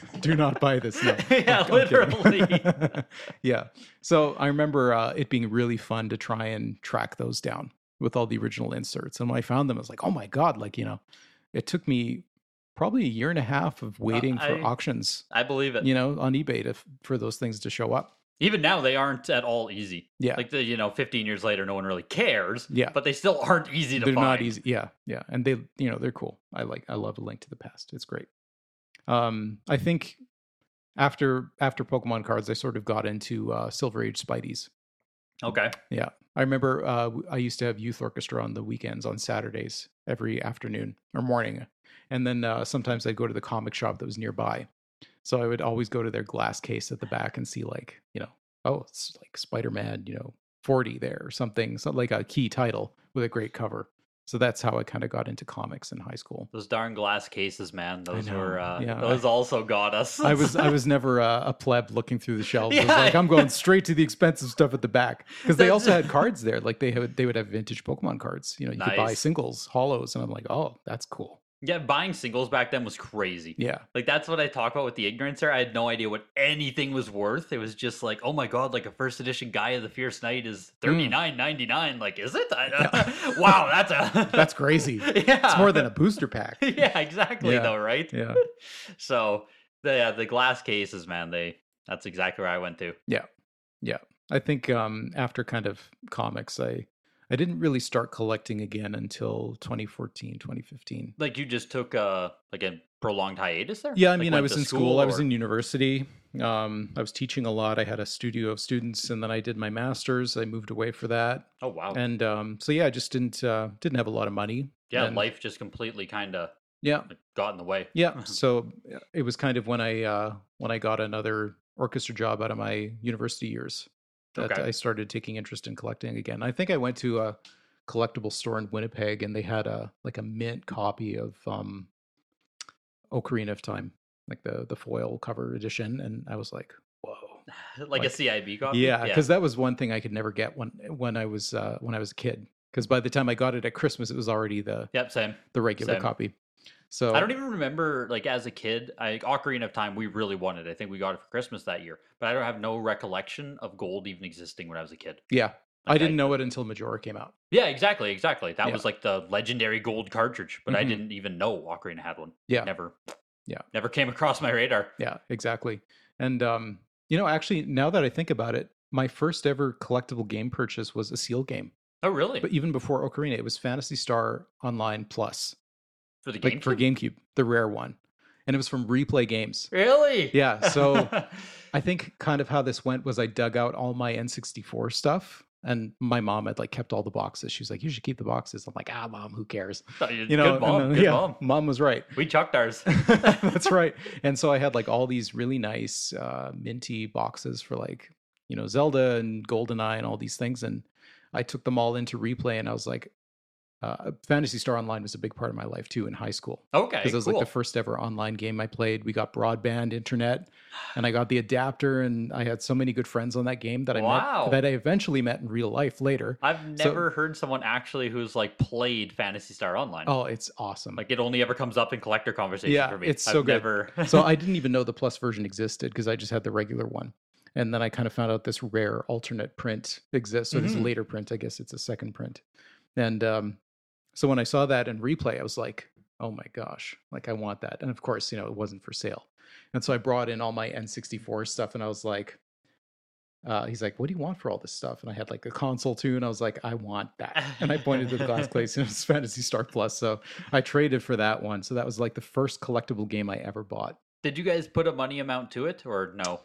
Speaker 2: do not buy this. No.
Speaker 1: yeah,
Speaker 2: I'm kidding.
Speaker 1: literally.
Speaker 2: yeah. So I remember uh, it being really fun to try and track those down with all the original inserts. And when I found them, I was like, oh my God, like, you know, it took me probably a year and a half of waiting for
Speaker 1: Uh, I-
Speaker 2: auctions,
Speaker 1: I believe it.
Speaker 2: you know, on eBay to, f- for those things to show up.
Speaker 1: Even now, they aren't at all easy.
Speaker 2: Yeah.
Speaker 1: Like, the, you know, 15 years later, no one really cares,
Speaker 2: yeah.
Speaker 1: but they still aren't easy to
Speaker 2: They're
Speaker 1: find.
Speaker 2: not easy. Yeah. Yeah. And they, you know, they're cool. I like, I love A Link to the Past. It's great. Um, I think after, after Pokemon cards, I sort of got into uh, Silver Age Spideys.
Speaker 1: Okay.
Speaker 2: I remember uh, w- I used to have youth orchestra on the weekends on Saturdays every afternoon or morning, and then uh, sometimes I'd go to the comic shop that was nearby. So I would always go to their glass case at the back and see like you know oh it's like Spider Man you know forty there or something so like a key title with a great cover. So that's how I kind of got into comics in high school.
Speaker 1: Those darn glass cases, man. Those
Speaker 2: know,
Speaker 1: were, uh,
Speaker 2: yeah.
Speaker 1: those also got us.
Speaker 2: I was I was never uh, a pleb looking through the shelves. It was
Speaker 1: Yeah.
Speaker 2: like I'm going straight to the expensive stuff at the back because they
Speaker 1: That's-
Speaker 2: also had cards there. Like they had they would have vintage Pokemon cards. You know, you could buy
Speaker 1: Nice.
Speaker 2: singles, hollows, and I'm like, oh, that's cool.
Speaker 1: yeah, buying singles back then was crazy.
Speaker 2: Yeah,
Speaker 1: Like that's what I talk about with the ignorance there. I had no idea what anything was worth. It was just like, oh my god, like a first edition guy of the Fierce Knight is thirty nine ninety nine. Like, is it? I,
Speaker 2: Mm. Yeah.
Speaker 1: wow, that's a
Speaker 2: that's crazy.
Speaker 1: yeah.
Speaker 2: It's more than a booster pack.
Speaker 1: yeah, exactly
Speaker 2: Yeah.
Speaker 1: though, right?
Speaker 2: Yeah,
Speaker 1: So the yeah, the glass cases, man, they that's exactly where I went to.
Speaker 2: I think um, after kind of comics, I I didn't really start collecting again until 2014, 2015.
Speaker 1: Like you just took uh like a prolonged hiatus there.
Speaker 2: Yeah, I
Speaker 1: Like,
Speaker 2: mean, I
Speaker 1: went
Speaker 2: was
Speaker 1: to
Speaker 2: in school. I was
Speaker 1: or-
Speaker 2: in university. Um, I was teaching a lot. I had a studio of students, and then I did my master's. I moved away for that,
Speaker 1: Oh wow.
Speaker 2: and um, so yeah, I just didn't uh, didn't have a lot of money.
Speaker 1: yeah,
Speaker 2: and-
Speaker 1: life just completely kind of
Speaker 2: Yeah,
Speaker 1: got in the way.
Speaker 2: yeah. so uh, it was kind of when I uh, when I got another orchestra job out of my university years that
Speaker 1: Okay.
Speaker 2: I started taking interest in collecting again. I think I went to a collectible store in Winnipeg, and they had a like a mint copy of um, Ocarina of Time, like the the foil cover edition, and I was like, whoa.
Speaker 1: like, a
Speaker 2: Like-
Speaker 1: CIB copy.
Speaker 2: Yeah, because that was one thing I could never get when when I was uh, when I was a kid. Because by the time I got it at Christmas, it was already the
Speaker 1: Yep, same.
Speaker 2: the regular
Speaker 1: same.
Speaker 2: copy. So
Speaker 1: I don't even remember, like as a kid, I, Ocarina of Time, we really wanted. it. I think we got it for Christmas that year, but I don't have no recollection of gold even existing when I was a kid.
Speaker 2: yeah, I
Speaker 1: Like,
Speaker 2: didn't know it until Majora came out.
Speaker 1: Yeah, exactly, exactly. That
Speaker 2: Yeah.
Speaker 1: was like the legendary gold cartridge, but I
Speaker 2: Mhm.
Speaker 1: didn't even know Ocarina had one.
Speaker 2: Yeah.
Speaker 1: never.
Speaker 2: Yeah.
Speaker 1: never came across my radar.
Speaker 2: Yeah, exactly. And um, you know, actually, now that I think about it, my first ever collectible game purchase was a Seal game.
Speaker 1: Oh, really?
Speaker 2: But even before Ocarina, it was Fantasy Star Online Plus,
Speaker 1: for the game,
Speaker 2: like for GameCube, the rare one, and it was from Replay Games.
Speaker 1: Really?
Speaker 2: Yeah, so I think kind of how this went was I dug out all my N64 stuff. And my mom had like kept all the boxes. She was like, "You should keep the boxes." I'm like, "Ah, mom, who cares?" You know,
Speaker 1: good
Speaker 2: and
Speaker 1: mom,
Speaker 2: then-
Speaker 1: good
Speaker 2: yeah,
Speaker 1: mom.
Speaker 2: mom was right.
Speaker 1: We chucked ours.
Speaker 2: That's right. And so I had like all these really nice uh, minty boxes for like you know Zelda and Goldeneye and all these things. And I took them all into replay, and I was like, uh, Fantasy Star Online was a big part of my life too in high school
Speaker 1: Okay,
Speaker 2: because it was
Speaker 1: cool.
Speaker 2: like the first ever online game I played. We got broadband internet, and I got the adapter, and I had so many good friends on that game that I
Speaker 1: Wow.
Speaker 2: met, that I eventually met in real life later.
Speaker 1: I've
Speaker 2: so-
Speaker 1: never heard someone actually who's like played Fantasy Star Online.
Speaker 2: Oh, it's awesome!
Speaker 1: Like it only ever comes up in collector conversation
Speaker 2: Yeah,
Speaker 1: for me.
Speaker 2: it's
Speaker 1: I've
Speaker 2: so good.
Speaker 1: Never...
Speaker 2: so I didn't even know the plus version existed because I just had the regular one, and then I kind of found out this rare alternate print exists, or this
Speaker 1: Mhm.
Speaker 2: later print. I guess it's a second print, and um, so when I saw that in replay, I was like, "Oh my gosh! Like I want that!" And of course, you know, it wasn't for sale, and so I brought in all my N64 stuff, and I was like. Uh, he's like, "What do you want for all this stuff?" And I had like a console too, and I was like, "I want that." And I pointed to the glass case, and it was Fantasy Star Plus. So I traded for that one. So that was like the first collectible game I ever bought.
Speaker 1: Did you guys put a money amount to it or no?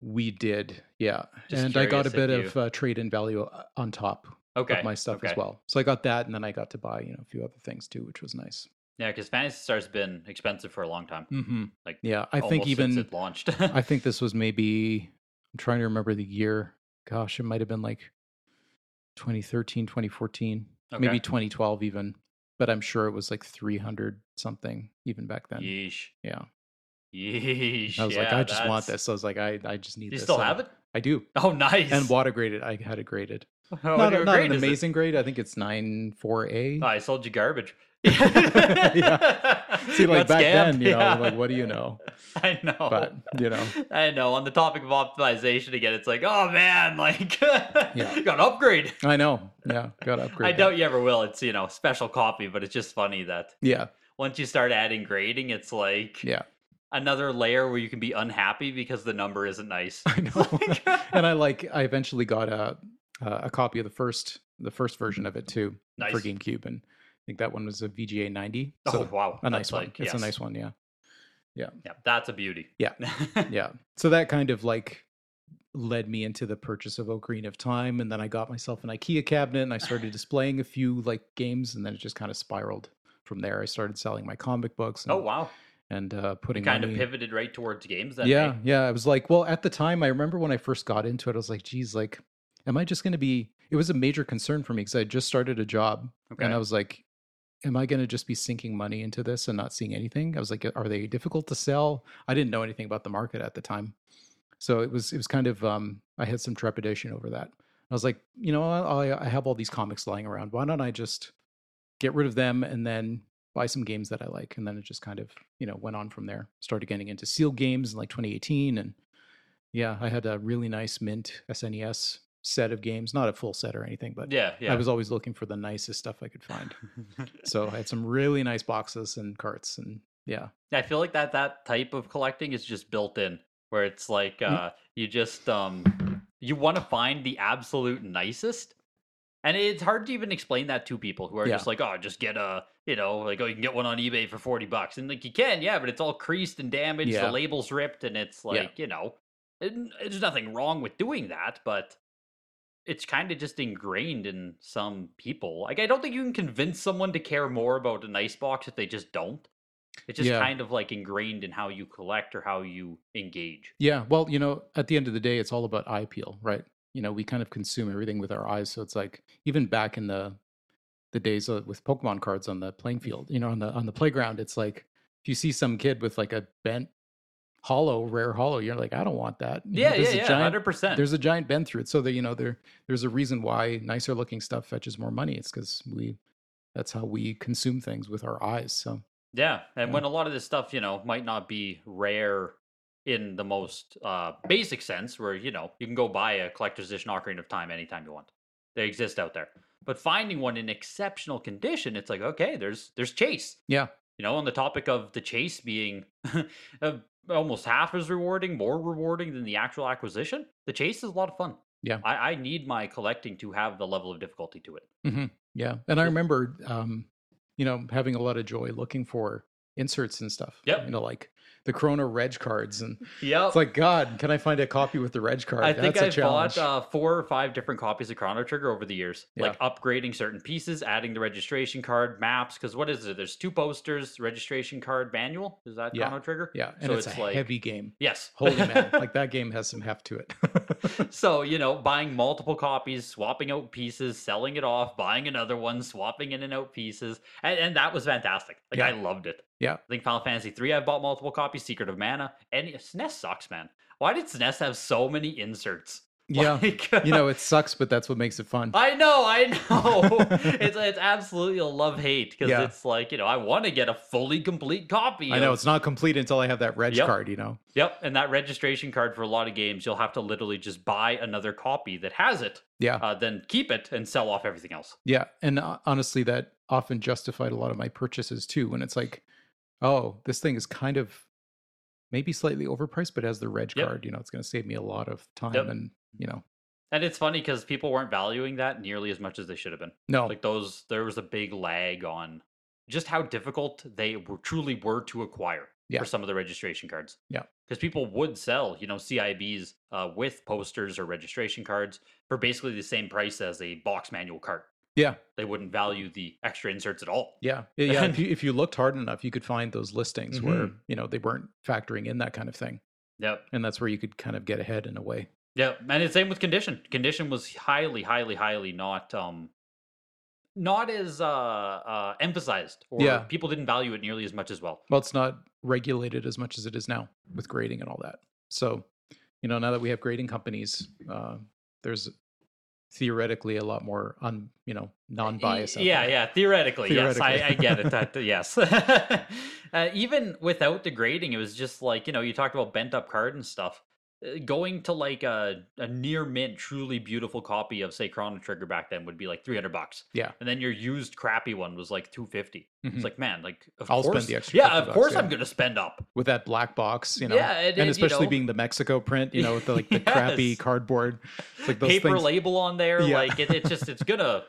Speaker 2: We did, yeah.
Speaker 1: Just
Speaker 2: and I got a
Speaker 1: curious if
Speaker 2: bit of uh, trade in value uh, on top
Speaker 1: Okay.
Speaker 2: of my stuff
Speaker 1: okay.
Speaker 2: as well. So I got that, and then I got to buy you know a few other things too, which was nice.
Speaker 1: Yeah, because Fantasy Star's been expensive for a long time.
Speaker 2: Mm-hmm.
Speaker 1: Like,
Speaker 2: yeah, I think
Speaker 1: almost since
Speaker 2: even
Speaker 1: it launched.
Speaker 2: I think this was maybe I'm trying to remember the year. Gosh, it might have been like 2013, 2014,
Speaker 1: Okay.
Speaker 2: maybe 2012 even. But I'm sure it was like 300 something even back then.
Speaker 1: Yeesh.
Speaker 2: Yeah.
Speaker 1: Yeesh.
Speaker 2: I was like,
Speaker 1: yeah,
Speaker 2: I just want
Speaker 1: that's-
Speaker 2: this. I was like, I, I just need
Speaker 1: Do you
Speaker 2: this.
Speaker 1: still
Speaker 2: And
Speaker 1: have it?
Speaker 2: I do.
Speaker 1: Oh, nice.
Speaker 2: And water graded. I had it graded.
Speaker 1: Oh,
Speaker 2: not,
Speaker 1: what
Speaker 2: a- not
Speaker 1: grade
Speaker 2: an
Speaker 1: is it?
Speaker 2: amazing grade. I think it's nine four a
Speaker 1: Oh, I sold you garbage.
Speaker 2: Yeah. See, like
Speaker 1: Got
Speaker 2: back
Speaker 1: scammed,
Speaker 2: then, you know,
Speaker 1: yeah. Oh.
Speaker 2: like what do you know?
Speaker 1: I know.
Speaker 2: But you know,
Speaker 1: I know. On the topic of optimization again, it's like, oh man, like, got an upgrade.
Speaker 2: I know. Yeah, got to upgrade.
Speaker 1: I
Speaker 2: that.
Speaker 1: doubt you ever will. It's you know special copy, but it's just funny that
Speaker 2: Yeah,
Speaker 1: once you start adding grading, it's like
Speaker 2: yeah,
Speaker 1: another layer where you can be unhappy because the number isn't nice. uh,
Speaker 2: I know. and I like I eventually got a uh, a copy of the first the first version of it too
Speaker 1: Nice.
Speaker 2: for GameCube, and I think that one was a VGA ninety.
Speaker 1: oh wow,
Speaker 2: a
Speaker 1: that's
Speaker 2: nice one.
Speaker 1: like-
Speaker 2: It's a
Speaker 1: yes.
Speaker 2: nice one. Yeah,
Speaker 1: Yeah, that's a beauty.
Speaker 2: Yeah. yeah. So that kind of like led me into the purchase of Ocarina of Time, and then I got myself an IKEA cabinet, and I started displaying a few like games, and then it just kind of spiraled from there. I started selling my comic books. And,
Speaker 1: oh wow,
Speaker 2: and uh, putting
Speaker 1: kind of
Speaker 2: money-
Speaker 1: pivoted right towards games. That
Speaker 2: yeah,
Speaker 1: day.
Speaker 2: yeah. I was like, well, at the time, I remember when I first got into it, I was like, geez, like, am I just going to be? It was a major concern for me because I just started a job,
Speaker 1: Okay.
Speaker 2: and I was like, am I going to just be sinking money into this and not seeing anything? I was like, are they difficult to sell? I didn't know anything about the market at the time, so it was it was kind of um, I had some trepidation over that. I was like, you know, I, I have all these comics lying around. Why don't I just get rid of them and then buy some games that I like. And then it just kind of, you know, went on from there. Started getting into sealed games in like 2018. And yeah, I had a really nice mint SNES set of games, not a full set or anything, but
Speaker 1: yeah, yeah.
Speaker 2: I was always looking for the nicest stuff I could find. so I had some really nice boxes and carts. And yeah,
Speaker 1: I feel like that that type of collecting is just built in, where it's like
Speaker 2: Mm.
Speaker 1: uh, you just um, you want to find the absolute nicest, and it's hard to even explain that to people who are
Speaker 2: Yeah.
Speaker 1: just like, oh, just get a you know, like oh, you can get one on eBay for forty bucks, and like you can, yeah, but it's all creased and damaged,
Speaker 2: Yeah.
Speaker 1: the label's ripped, and it's
Speaker 2: Yeah.
Speaker 1: like you know, it, there's nothing wrong with doing that, but it's kind of just ingrained in some people. Like I don't think you can convince someone to care more about an ice box if they just don't. It's just
Speaker 2: Yeah.
Speaker 1: kind of like ingrained in how you collect or how you engage.
Speaker 2: Yeah, well, you know, at the end of the day, it's all about eye peel, right? You know, we kind of consume everything with our eyes, so it's like even back in the the days of, with Pokemon cards on the
Speaker 1: Mm.
Speaker 2: playing field, you know, on the on the playground, it's like if you see some kid with like a bent hollow, rare hollow, you're like, I don't want that. You
Speaker 1: Yeah,
Speaker 2: know,
Speaker 1: yeah,
Speaker 2: there's a
Speaker 1: yeah,
Speaker 2: giant-
Speaker 1: hundred percent.
Speaker 2: there's a giant bend through it, so that you know there there's a reason why nicer looking stuff fetches more money. It's because we that's how we consume things with our eyes. So
Speaker 1: Yeah, and
Speaker 2: Yeah.
Speaker 1: when a lot of this stuff, you know, might not be rare in the most uh, basic sense, where you know you can go buy a collector's edition Ocarina of Time anytime you want. They exist out there, but finding one in exceptional condition, it's like okay, there's there's chase.
Speaker 2: yeah,
Speaker 1: you know, on the topic of the chase being uh, almost half as rewarding, more rewarding than the actual acquisition, the chase is a lot of fun.
Speaker 2: Yeah.
Speaker 1: I, I need my collecting to have the level of difficulty to it.
Speaker 2: Yeah. And I
Speaker 1: Yeah.
Speaker 2: remember, um, you know, having a lot of joy looking for inserts and stuff.
Speaker 1: Yep.
Speaker 2: You know, like the Corona Reg cards. And
Speaker 1: Yeah.
Speaker 2: it's like, God, can I find a copy with the Reg card?
Speaker 1: I think
Speaker 2: That's a
Speaker 1: I've
Speaker 2: challenge.
Speaker 1: bought uh, four or five different copies of Chrono Trigger over the years,
Speaker 2: Yeah.
Speaker 1: like upgrading certain pieces, adding the registration card, maps. Because what is it? There's two posters, registration card, manual. Is that
Speaker 2: Yeah.
Speaker 1: Chrono Trigger?
Speaker 2: yeah. And
Speaker 1: uh, so
Speaker 2: it's,
Speaker 1: it's
Speaker 2: a
Speaker 1: like-
Speaker 2: heavy game.
Speaker 1: Yes.
Speaker 2: Holy man. Like that game has some heft to it.
Speaker 1: so you know buying multiple copies swapping out pieces selling it off buying another one swapping in and out pieces and, and that was fantastic like i loved it
Speaker 2: Yeah.
Speaker 1: i think final fantasy 3 i've bought multiple copies secret of mana and snes sucks man why did snes have so many inserts
Speaker 2: yeah.
Speaker 1: Like-
Speaker 2: You know, it sucks, but that's what makes it fun.
Speaker 1: I know, I know. it's it's absolutely a love hate because
Speaker 2: Yeah.
Speaker 1: it's like you know I want to get a fully complete copy.
Speaker 2: I know
Speaker 1: of
Speaker 2: it's not complete until I have that Reg
Speaker 1: Yep.
Speaker 2: card, you know?
Speaker 1: Yep, and that registration card for a lot of games, you'll have to literally just buy another copy that has it,
Speaker 2: Yeah.
Speaker 1: uh, then keep it and sell off everything else.
Speaker 2: Yeah, and uh, honestly, that often justified a lot of my purchases too. When it's like, oh, this thing is kind of maybe slightly overpriced, but has the reg
Speaker 1: Yep.
Speaker 2: card, you know, it's going to save me a lot of time
Speaker 1: Yep.
Speaker 2: and you know,
Speaker 1: And it's funny because people weren't valuing that nearly as much as they should have been.
Speaker 2: no,
Speaker 1: Like those, there was a big lag on just how difficult they were, truly were to acquire
Speaker 2: Yeah.
Speaker 1: for some of the registration cards.
Speaker 2: Yeah.
Speaker 1: because people would sell, you know, CIBs uh, with posters or registration cards for basically the same price as a box manual cart.
Speaker 2: yeah,
Speaker 1: They wouldn't value the extra inserts at all.
Speaker 2: yeah, yeah. yeah, if, you, if you looked hard enough, you could find those listings
Speaker 1: Mm-hmm.
Speaker 2: where you know they weren't factoring in that kind of thing,
Speaker 1: Yep.
Speaker 2: and that's where you could kind of get ahead in a way.
Speaker 1: Yeah, and it's same with condition. Condition was highly, highly, highly not um not as uh uh emphasized or
Speaker 2: Yeah.
Speaker 1: people didn't value it nearly as much as well.
Speaker 2: Well, it's not regulated as much as it is now with grading and all that. So, you know, now that we have grading companies, uh, there's theoretically a lot more un, you know, non-biased. out
Speaker 1: Yeah,
Speaker 2: there.
Speaker 1: yeah, theoretically. Yes, I, I
Speaker 2: Theoretically.
Speaker 1: get it. That yes. uh, even without the grading, it was just like, you know, you talked about bent up card and stuff. uh, going to like a, a near mint, truly beautiful copy of say Chrono Trigger back then would be like 300 bucks.
Speaker 2: Yeah.
Speaker 1: And then your used crappy one was like 250.
Speaker 2: Mhm.
Speaker 1: It's like, man, like of
Speaker 2: I'll spend
Speaker 1: course,
Speaker 2: the extra
Speaker 1: Yeah,
Speaker 2: 50
Speaker 1: of
Speaker 2: bucks,
Speaker 1: course
Speaker 2: yeah.
Speaker 1: I'm going to spend up.
Speaker 2: with that black box, you know.
Speaker 1: Yeah, it-
Speaker 2: and
Speaker 1: it- you
Speaker 2: especially
Speaker 1: know.
Speaker 2: being the Mexico print, you know, with the, like the crappy
Speaker 1: Yes.
Speaker 2: cardboard. It's like those
Speaker 1: paper
Speaker 2: things.
Speaker 1: label on there.
Speaker 2: Yeah.
Speaker 1: Like it, it's just it's gonna.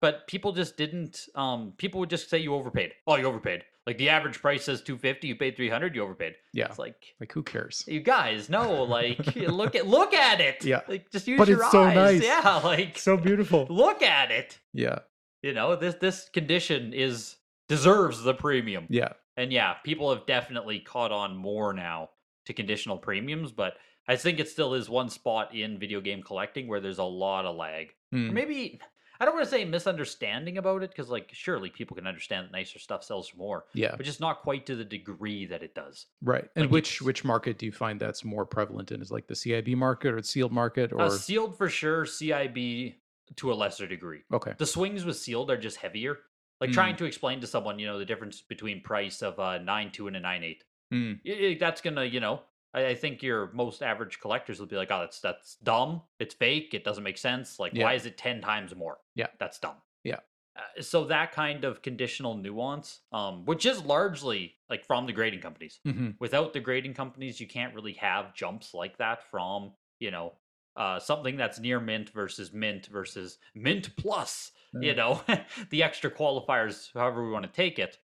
Speaker 1: But people just didn't. Um, people would just say you overpaid. Oh, you overpaid. Like the average price says two fifty. You paid three hundred. You overpaid.
Speaker 2: yeah.
Speaker 1: It's like
Speaker 2: Like who cares?
Speaker 1: you guys no. Like look at look at it.
Speaker 2: Yeah.
Speaker 1: Like just use
Speaker 2: But
Speaker 1: your
Speaker 2: it's
Speaker 1: eyes.
Speaker 2: so nice.
Speaker 1: Yeah. Like
Speaker 2: beautiful.
Speaker 1: look at it.
Speaker 2: Yeah.
Speaker 1: You know this this condition is deserves the premium.
Speaker 2: Yeah.
Speaker 1: And yeah, people have definitely caught on more now to conditional premiums, but I think it still is one spot in video game collecting where there's a lot of lag. Or
Speaker 2: Mm.
Speaker 1: maybe I don't want to say misunderstanding about it because like surely people can understand that nicer stuff sells more,
Speaker 2: Yeah.
Speaker 1: but just not quite to the degree that it does.
Speaker 2: Right. And
Speaker 1: Like
Speaker 2: which
Speaker 1: it's-
Speaker 2: which market do you find that's more prevalent in? Is like the CIB market or the sealed market or
Speaker 1: Uh, sealed for sure, CIB to a lesser degree.
Speaker 2: okay.
Speaker 1: The swings with sealed are just heavier. Like
Speaker 2: Mm.
Speaker 1: trying to explain to someone, you know, the difference between price of a nine two and a nine eight.
Speaker 2: Mm.
Speaker 1: i- i- that's gonna you know I, I think your most average collectors will be like oh that's that's dumb it's fake it doesn't make sense like
Speaker 2: Yeah.
Speaker 1: why is it 10 times more
Speaker 2: Yeah.
Speaker 1: that's dumb
Speaker 2: Yeah.
Speaker 1: uh, so that kind of conditional nuance um which is largely like from the grading companies
Speaker 2: hmm
Speaker 1: without the grading companies you can't really have jumps like that from you know uh, something that's near mint versus mint versus mint plus you know the extra qualifiers however we want to take it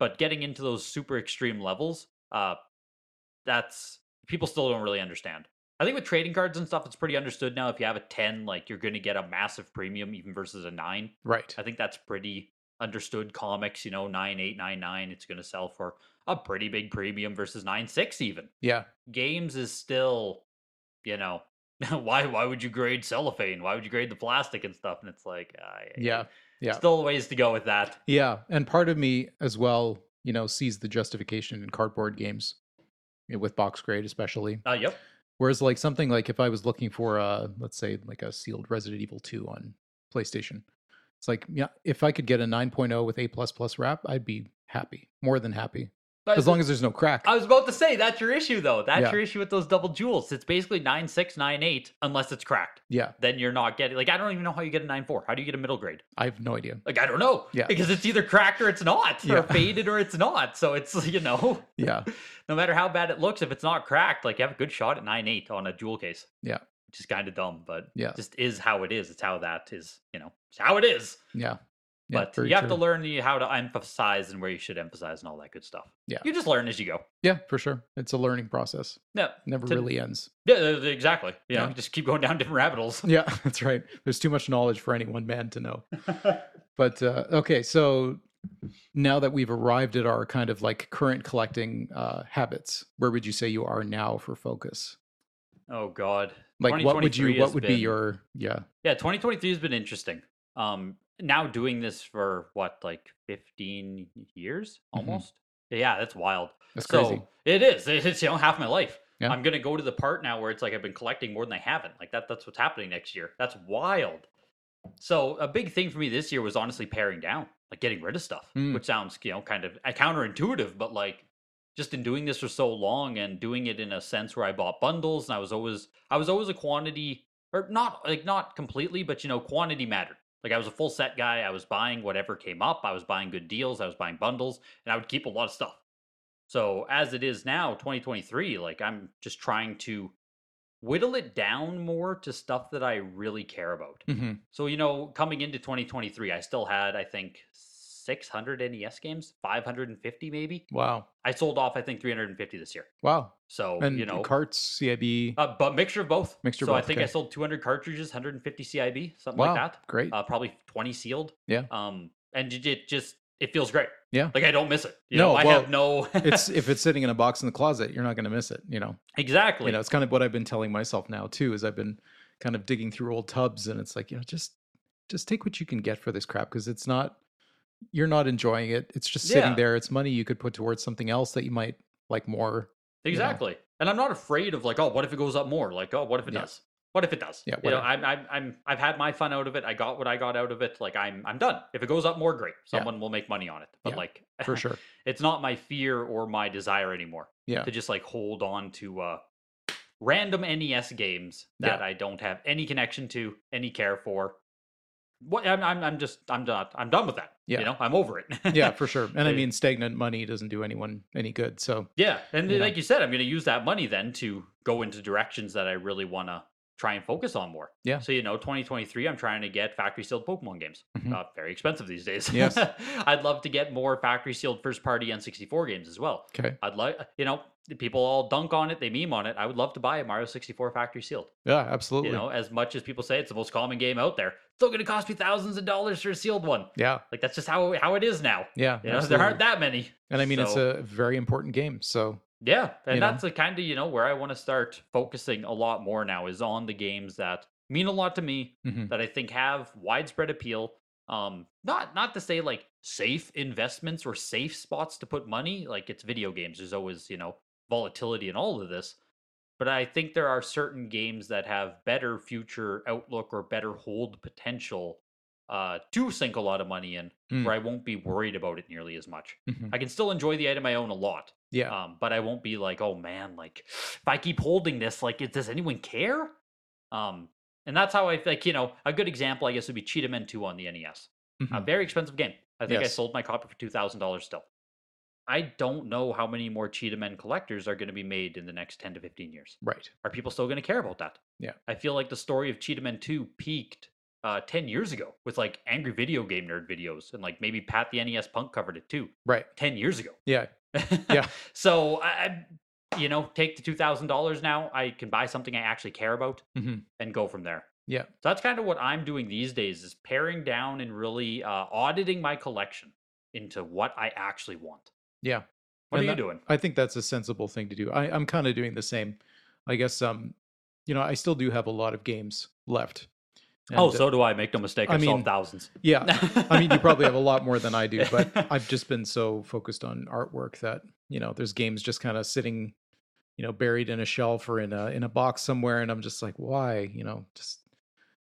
Speaker 1: but getting into those super extreme levels uh that's people still don't really understand i think with trading cards and stuff it's pretty understood now if you have a 10 like you're going to get a massive premium even versus a 9
Speaker 2: Right.
Speaker 1: i think that's pretty understood comics you know 9899 it's going to sell for a pretty big premium versus 96 even
Speaker 2: Yeah.
Speaker 1: games is still, you know, why why would you grade cellophane? Why would you grade the plastic and stuff? And it's like, uh,
Speaker 2: Yeah. yeah.
Speaker 1: still ways to go with that.
Speaker 2: Yeah. And part of me as well, you know, sees the justification in cardboard games you know, with box grade especially.
Speaker 1: Uh, yep,
Speaker 2: Whereas like something like if I was looking for a let's say like a sealed Resident Evil 2 on PlayStation, it's like yeah, if I could get a 9.0 with A plus plus wrap, I'd be happy, more than happy,
Speaker 1: But
Speaker 2: as long as there's no crack.
Speaker 1: I was about to say that's your issue though. That's
Speaker 2: Yeah.
Speaker 1: your issue with those double jewels. It's basically nine six nine eight unless it's cracked.
Speaker 2: yeah,
Speaker 1: Then you're not getting like I don't even know how you get a nine four. How do you get a middle grade?
Speaker 2: I have no idea.
Speaker 1: Like I don't know.
Speaker 2: Yeah.
Speaker 1: Because it's either cracked or it's not,
Speaker 2: Yeah.
Speaker 1: or faded or it's not. So it's you know,
Speaker 2: Yeah,
Speaker 1: no matter how bad it looks, if it's not cracked, like you have a good shot at nine eight on a jewel case.
Speaker 2: Yeah.
Speaker 1: Which is kind of dumb, but
Speaker 2: yeah,
Speaker 1: just is how it is. It's how that is, you know, it's how it is.
Speaker 2: yeah. Yeah,
Speaker 1: But
Speaker 2: very
Speaker 1: you have to
Speaker 2: true.
Speaker 1: learn the- how to emphasize and where you should emphasize and all that good stuff.
Speaker 2: Yeah.
Speaker 1: You just learn as you go.
Speaker 2: Yeah, for sure. It's a learning process.
Speaker 1: No.
Speaker 2: Never
Speaker 1: To-
Speaker 2: really ends.
Speaker 1: Yeah, th- th- exactly. You know,
Speaker 2: Yeah.
Speaker 1: just keep going down different rabbit holes.
Speaker 2: Yeah, that's right. There's too much knowledge for any one man to know. But uh, okay, so now that we've arrived at our kind of like current collecting uh, habits, where would you say you are now for focus?
Speaker 1: oh God.
Speaker 2: Like, what would
Speaker 1: 2023
Speaker 2: you? What
Speaker 1: has
Speaker 2: would be
Speaker 1: been-
Speaker 2: your? Yeah,
Speaker 1: Yeah, 2023 has been interesting. Um, now doing this for what, like 15 years
Speaker 2: Mhm.
Speaker 1: almost? Yeah, that's wild.
Speaker 2: that's
Speaker 1: so
Speaker 2: crazy.
Speaker 1: it is. It- It's you know half my life.
Speaker 2: Yeah.
Speaker 1: I'm gonna go to the part now where it's like I've been collecting more than I haven't. Like that. That's what's happening next year. That's wild. So a big thing for me this year was honestly paring down, like getting rid of stuff,
Speaker 2: Mm.
Speaker 1: which sounds you know kind of uh, counterintuitive, but like just in doing this for so long and doing it in a sense where I bought bundles and I was always I was always a quantity or not like not completely, but you know quantity mattered. Like I was a full set guy. I was buying whatever came up. I was buying good deals. I was buying bundles, and I would keep a lot of stuff. So as it is now, 2023, like I'm just trying to whittle it down more to stuff that I really care about.
Speaker 2: hmm
Speaker 1: So, you know, coming into 2023, I still had, I think, 600 NES E games, 550 maybe.
Speaker 2: Wow,
Speaker 1: I sold off, I think, 350 this year.
Speaker 2: wow,
Speaker 1: So,
Speaker 2: and
Speaker 1: you know,
Speaker 2: carts, CIB.
Speaker 1: uh, but mixture of both.
Speaker 2: Mixture of
Speaker 1: so I
Speaker 2: both,
Speaker 1: think I
Speaker 2: okay.
Speaker 1: sold 200 cartridges, 150 CIB, something
Speaker 2: wow,
Speaker 1: like that
Speaker 2: great.
Speaker 1: uh, probably 20 sealed.
Speaker 2: Yeah.
Speaker 1: Um, and it, it just it feels great.
Speaker 2: Yeah.
Speaker 1: Like I don't miss it. You
Speaker 2: No,
Speaker 1: know, I
Speaker 2: well,
Speaker 1: have no.
Speaker 2: it's if it's sitting in a box in the closet, you're not going to miss it. You know,
Speaker 1: exactly.
Speaker 2: you know, it's kind of what I've been telling myself now too. Is I've been kind of digging through old tubs, and it's like you know, just just take what you can get for this crap because it's not you're not enjoying it. It's just sitting
Speaker 1: Yeah.
Speaker 2: there. It's money you could put towards something else that you might like more. know.
Speaker 1: exactly. And I'm not afraid of like, oh, what if it goes up more? Like, oh, what if it
Speaker 2: Yeah.
Speaker 1: does? What if it does?
Speaker 2: Yeah,
Speaker 1: You know, I'm,
Speaker 2: whatever.
Speaker 1: I'm, I'm, I've had my fun out of it. I got what I got out of it. Like, I'm, I'm done. If it goes up more, great.
Speaker 2: Yeah.
Speaker 1: Someone will make money on it. But
Speaker 2: Yeah,
Speaker 1: like,
Speaker 2: For sure.
Speaker 1: it's not my fear or my desire anymore
Speaker 2: Yeah.
Speaker 1: to just like hold on to uh, random NES games that
Speaker 2: Yeah.
Speaker 1: I don't have any connection to, any care for. What I'm, I'm, I'm just, I'm done. I'm done with that.
Speaker 2: Yeah.
Speaker 1: You know, I'm over it.
Speaker 2: yeah, for sure. And I
Speaker 1: Yeah.
Speaker 2: mean, stagnant money doesn't do anyone any good. So
Speaker 1: Yeah, and
Speaker 2: You know?
Speaker 1: like you said, I'm going to use that money then to go into directions that I really want to try and focus on more.
Speaker 2: Yeah.
Speaker 1: So you know, 2023, I'm trying to get factory sealed Pokemon games.
Speaker 2: Mhm.
Speaker 1: Uh, very expensive these days.
Speaker 2: Yes.
Speaker 1: I'd love to get more factory sealed first party N64 games as well.
Speaker 2: okay,
Speaker 1: I'd like, you know, people all dunk on it, they meme on it. I would love to buy a Mario 64 factory sealed.
Speaker 2: yeah, absolutely,
Speaker 1: You know, as much as people say it's the most common game out there, it's still going to cost me thousands of dollars for a sealed one.
Speaker 2: yeah,
Speaker 1: Like that's just how how it is now.
Speaker 2: yeah.
Speaker 1: You know, there
Speaker 2: absolutely.
Speaker 1: aren't that many.
Speaker 2: and I mean, it's
Speaker 1: so-
Speaker 2: a very important game. So
Speaker 1: Yeah, and
Speaker 2: you know?
Speaker 1: that's the kind of you know where I want to start focusing a lot more now is on the games that mean a lot to me
Speaker 2: mhm,
Speaker 1: that I think have widespread appeal. Um, not not to say like safe investments or safe spots to put money. Like it's video games. There's always you know volatility in all of this, but I think there are certain games that have better future outlook or better hold potential uh, to sink a lot of money in,
Speaker 2: Mm.
Speaker 1: where I won't be worried about it nearly as much.
Speaker 2: mhm.
Speaker 1: I can still enjoy the item I own a lot.
Speaker 2: yeah,
Speaker 1: Um, but I won't be like, oh man, like if I keep holding this, like it- does anyone care? Um, and that's how I like, you know, a good example, I guess, would be Cheetah Men 2 on the NES. A
Speaker 2: mhm.
Speaker 1: very expensive game. I think I
Speaker 2: Yes.
Speaker 1: sold my copy for two thousand dollars still. I don't know how many more Cheetah Men collectors are going to be made in the next ten to fifteen years.
Speaker 2: right.
Speaker 1: Are people still going to care about that?
Speaker 2: Yeah.
Speaker 1: I feel like the story of Cheetah Men 2 peaked uh, ten years ago with like angry video game nerd videos and like maybe Pat the NES Punk covered it too
Speaker 2: Right.
Speaker 1: ten years ago.
Speaker 2: Yeah. Yeah.
Speaker 1: so I, I- you know, take the two thousand dollars now. I can buy something I actually care about
Speaker 2: Mhm.
Speaker 1: and go from there.
Speaker 2: Yeah.
Speaker 1: So that's kind of what I'm doing these days is paring down and really uh, auditing my collection into what I actually want.
Speaker 2: Yeah.
Speaker 1: What
Speaker 2: And
Speaker 1: are
Speaker 2: that-
Speaker 1: you doing?
Speaker 2: I think that's a sensible thing to do. I, I'm kind of doing the same. I guess um, you know, I still do have a lot of games left.
Speaker 1: oh,
Speaker 2: And, uh,
Speaker 1: so do I. Make no mistake.
Speaker 2: I
Speaker 1: I've sold
Speaker 2: mean-
Speaker 1: thousands.
Speaker 2: yeah. I mean, you probably have a lot more than I do, but I've just been so focused on artwork that you know, there's games just kind of sitting, you know, buried in a shelf or in a in a box somewhere, and I'm just like, why? You know, just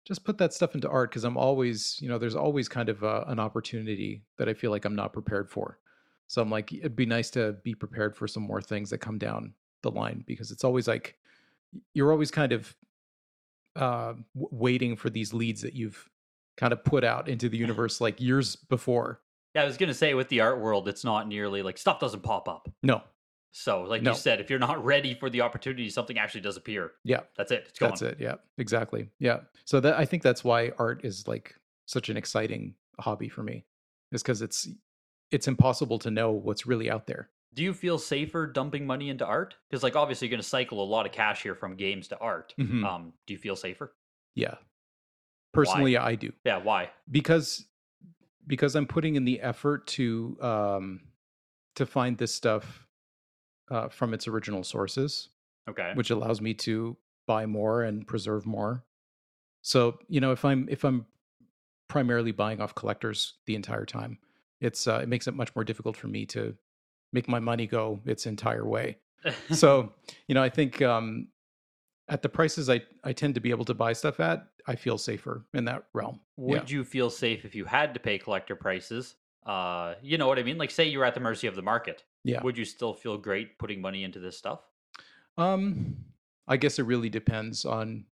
Speaker 2: just put that stuff into art because I'm always, you know, there's always kind of uh an opportunity that I feel like I'm not prepared for. So I'm like, it'd be nice to be prepared for some more things that come down the line because it's always like you're always kind of uh, w- waiting for these leads that you've kind of put out into
Speaker 1: Mm-hmm.
Speaker 2: the universe like years before.
Speaker 1: yeah, I was gonna say with the art world, it's not nearly like stuff doesn't pop up.
Speaker 2: No,
Speaker 1: So, like
Speaker 2: No.
Speaker 1: you said, if you're not ready for the opportunity, something actually does appear.
Speaker 2: Yeah.
Speaker 1: that's it. It's gone.
Speaker 2: that's it. Yeah, exactly. Yeah. So that I think that's why art is like such an exciting hobby for me, is because it's it's impossible to know what's really out there.
Speaker 1: do you feel safer dumping money into art because like obviously you're going to cycle a lot of cash here from games to art
Speaker 2: Mhm.
Speaker 1: um do you feel safer
Speaker 2: Yeah. Personally, I do
Speaker 1: yeah why
Speaker 2: because because I'm putting in the effort to um to find this stuff uh, from its original sources.
Speaker 1: okay
Speaker 2: which allows me to buy more and preserve more. So you know, if I'm if I'm primarily buying off collectors the entire time, it's uh, it makes it much more difficult for me to make my money go its entire way. so you know, I think um, at the prices I I tend to be able to buy stuff at, I feel safer in that realm. yeah.
Speaker 1: would you feel safe if you had to pay collector prices uh you know what i mean like say you're at the mercy of the market
Speaker 2: Yeah.
Speaker 1: would you still feel great putting money into this stuff
Speaker 2: Um, I guess it really depends on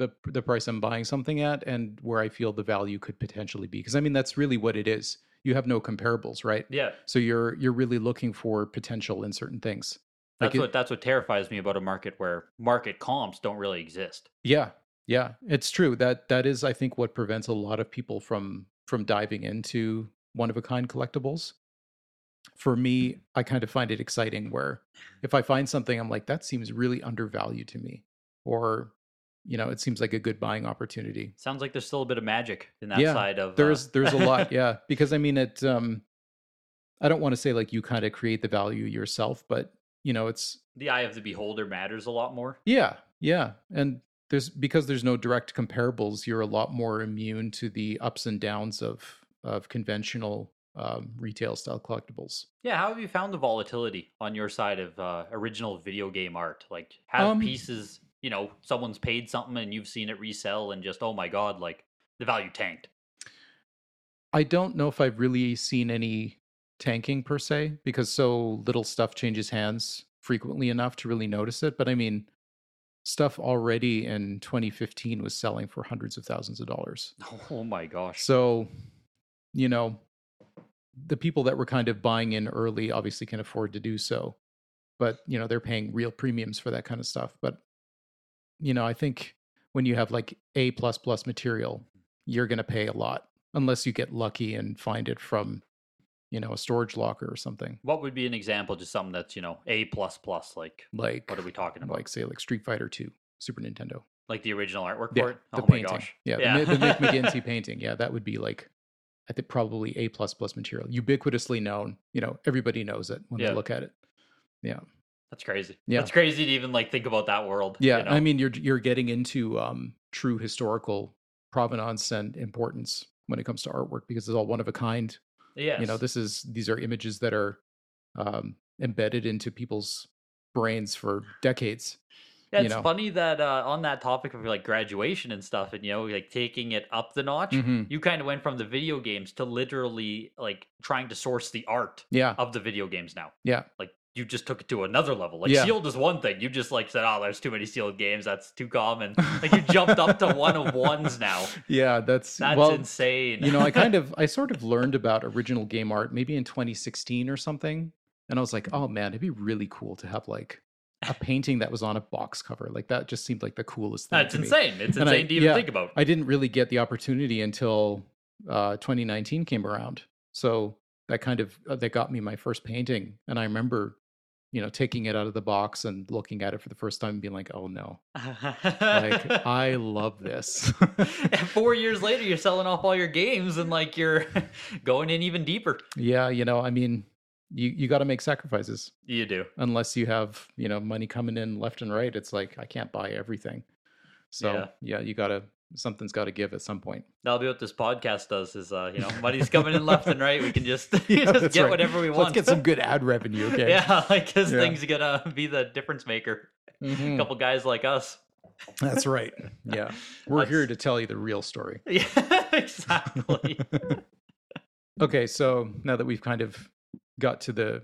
Speaker 2: the the price I'm buying something at and where I feel the value could potentially be. Because I mean, that's really what it is. You have no comparables, right?
Speaker 1: yeah
Speaker 2: So you're you're really looking for potential in certain things. Like
Speaker 1: that's
Speaker 2: it-
Speaker 1: what that's what terrifies me about a market where market comps don't really exist
Speaker 2: Yeah, yeah, it's true. That that is, I think, what prevents a lot of people from from diving into one of a kind collectibles. For me, I kind of find it exciting where if I find something, I'm like, that seems really undervalued to me, or you know, it seems like a good buying opportunity.
Speaker 1: sounds like there's still a bit of magic in that
Speaker 2: Yeah,
Speaker 1: side of uh,
Speaker 2: There's there's a lot, yeah, because I mean, it. Um, I don't want to say like you kind of create the value yourself, but you know, it's
Speaker 1: the eye of the beholder matters a lot more
Speaker 2: Yeah, yeah. And there's because there's no direct comparables, you're a lot more immune to the ups and downs of of conventional um, retail style collectibles.
Speaker 1: Yeah, how have you found the volatility on your side of uh, original video game art? Like, have
Speaker 2: Um,
Speaker 1: pieces, you know, someone's paid something and you've seen it resell and just, oh my God, like the value tanked.
Speaker 2: I don't know if I've really seen any tanking per se because so little stuff changes hands frequently enough to really notice it. But I mean, stuff already in 2015 was selling for hundreds of thousands of dollars.
Speaker 1: Oh my gosh.
Speaker 2: So, you know, the people that were kind of buying in early obviously can afford to do so. But, you know, they're paying real premiums for that kind of stuff. But, you know, I think when you have like A plus plus material, you're going to pay a lot unless you get lucky and find it from, you know, a storage locker or something.
Speaker 1: What would be an example? Just something that's you know a plus plus. Like
Speaker 2: Like,
Speaker 1: what are we talking about? Like,
Speaker 2: like say, like Street Fighter 2, Super Nintendo.
Speaker 1: the original artwork
Speaker 2: Yeah,
Speaker 1: for it.
Speaker 2: the
Speaker 1: oh
Speaker 2: painting.
Speaker 1: my gosh.
Speaker 2: Yeah,
Speaker 1: Yeah.
Speaker 2: The, Mi- the Mick McGinty painting. Yeah, that would be like, I think probably A plus plus material, ubiquitously known. You know, everybody knows it when
Speaker 1: Yeah.
Speaker 2: they look at it.
Speaker 1: That's crazy.
Speaker 2: Yeah.
Speaker 1: That's crazy to even like think about that world.
Speaker 2: Yeah,
Speaker 1: you know?
Speaker 2: I mean, you're you're getting into um, true historical provenance and importance when it comes to artwork because it's all one of a kind.
Speaker 1: yes.
Speaker 2: You know, this is these are images that are um, embedded into people's brains for decades.
Speaker 1: Yeah,
Speaker 2: you
Speaker 1: it's
Speaker 2: know.
Speaker 1: funny that uh, on that topic of like graduation and stuff, and you know, like taking it up the notch.
Speaker 2: Mm-hmm.
Speaker 1: You kind of went from the video games to literally like trying to source the art
Speaker 2: Yeah,
Speaker 1: of the video games now.
Speaker 2: Yeah.
Speaker 1: Like you just took it to another level. Like
Speaker 2: Yeah.
Speaker 1: sealed E is one thing. You just like said, "Oh, there's too many sealed games. That's too common." Like you jumped up to one of ones now.
Speaker 2: yeah, that's
Speaker 1: That's
Speaker 2: well,
Speaker 1: insane.
Speaker 2: you know, I kind of, I sort of learned about original game art maybe in 2016 or something. And I was
Speaker 1: Mm-hmm.
Speaker 2: like, oh man, it'd be really cool to have like a painting that was on a box cover. Like that just seemed like the coolest thing.
Speaker 1: That's
Speaker 2: to me.
Speaker 1: insane. It's
Speaker 2: And I-
Speaker 1: insane to even
Speaker 2: yeah,
Speaker 1: think about.
Speaker 2: I didn't really get the opportunity until uh, 2019 came around. So that kind of, uh, that got me my first painting. And I remember, you know, taking it out of the box and looking at it for the first time and being like, oh no, like I love this.
Speaker 1: And Four years later, you're selling off all your games and like you're going in even deeper.
Speaker 2: yeah. You know, I mean, you, you got to make sacrifices.
Speaker 1: You do.
Speaker 2: unless you have you know money coming in left and right it's like i can't buy everything so yeah,
Speaker 1: Yeah.
Speaker 2: you gotta something's gotta give at some point
Speaker 1: That'll be what this podcast does. Is uh, you know, money's coming in left and right. We can just,
Speaker 2: Yeah,
Speaker 1: just
Speaker 2: that's
Speaker 1: get
Speaker 2: right.
Speaker 1: whatever we
Speaker 2: let's
Speaker 1: want.
Speaker 2: get some good ad revenue okay
Speaker 1: Yeah, like this
Speaker 2: Yeah.
Speaker 1: thing's gonna be the difference maker. A
Speaker 2: Mhm.
Speaker 1: couple guys like us.
Speaker 2: that's right yeah we're
Speaker 1: That's-
Speaker 2: here to tell you the real story
Speaker 1: Yeah, exactly.
Speaker 2: okay so now that we've kind of got to the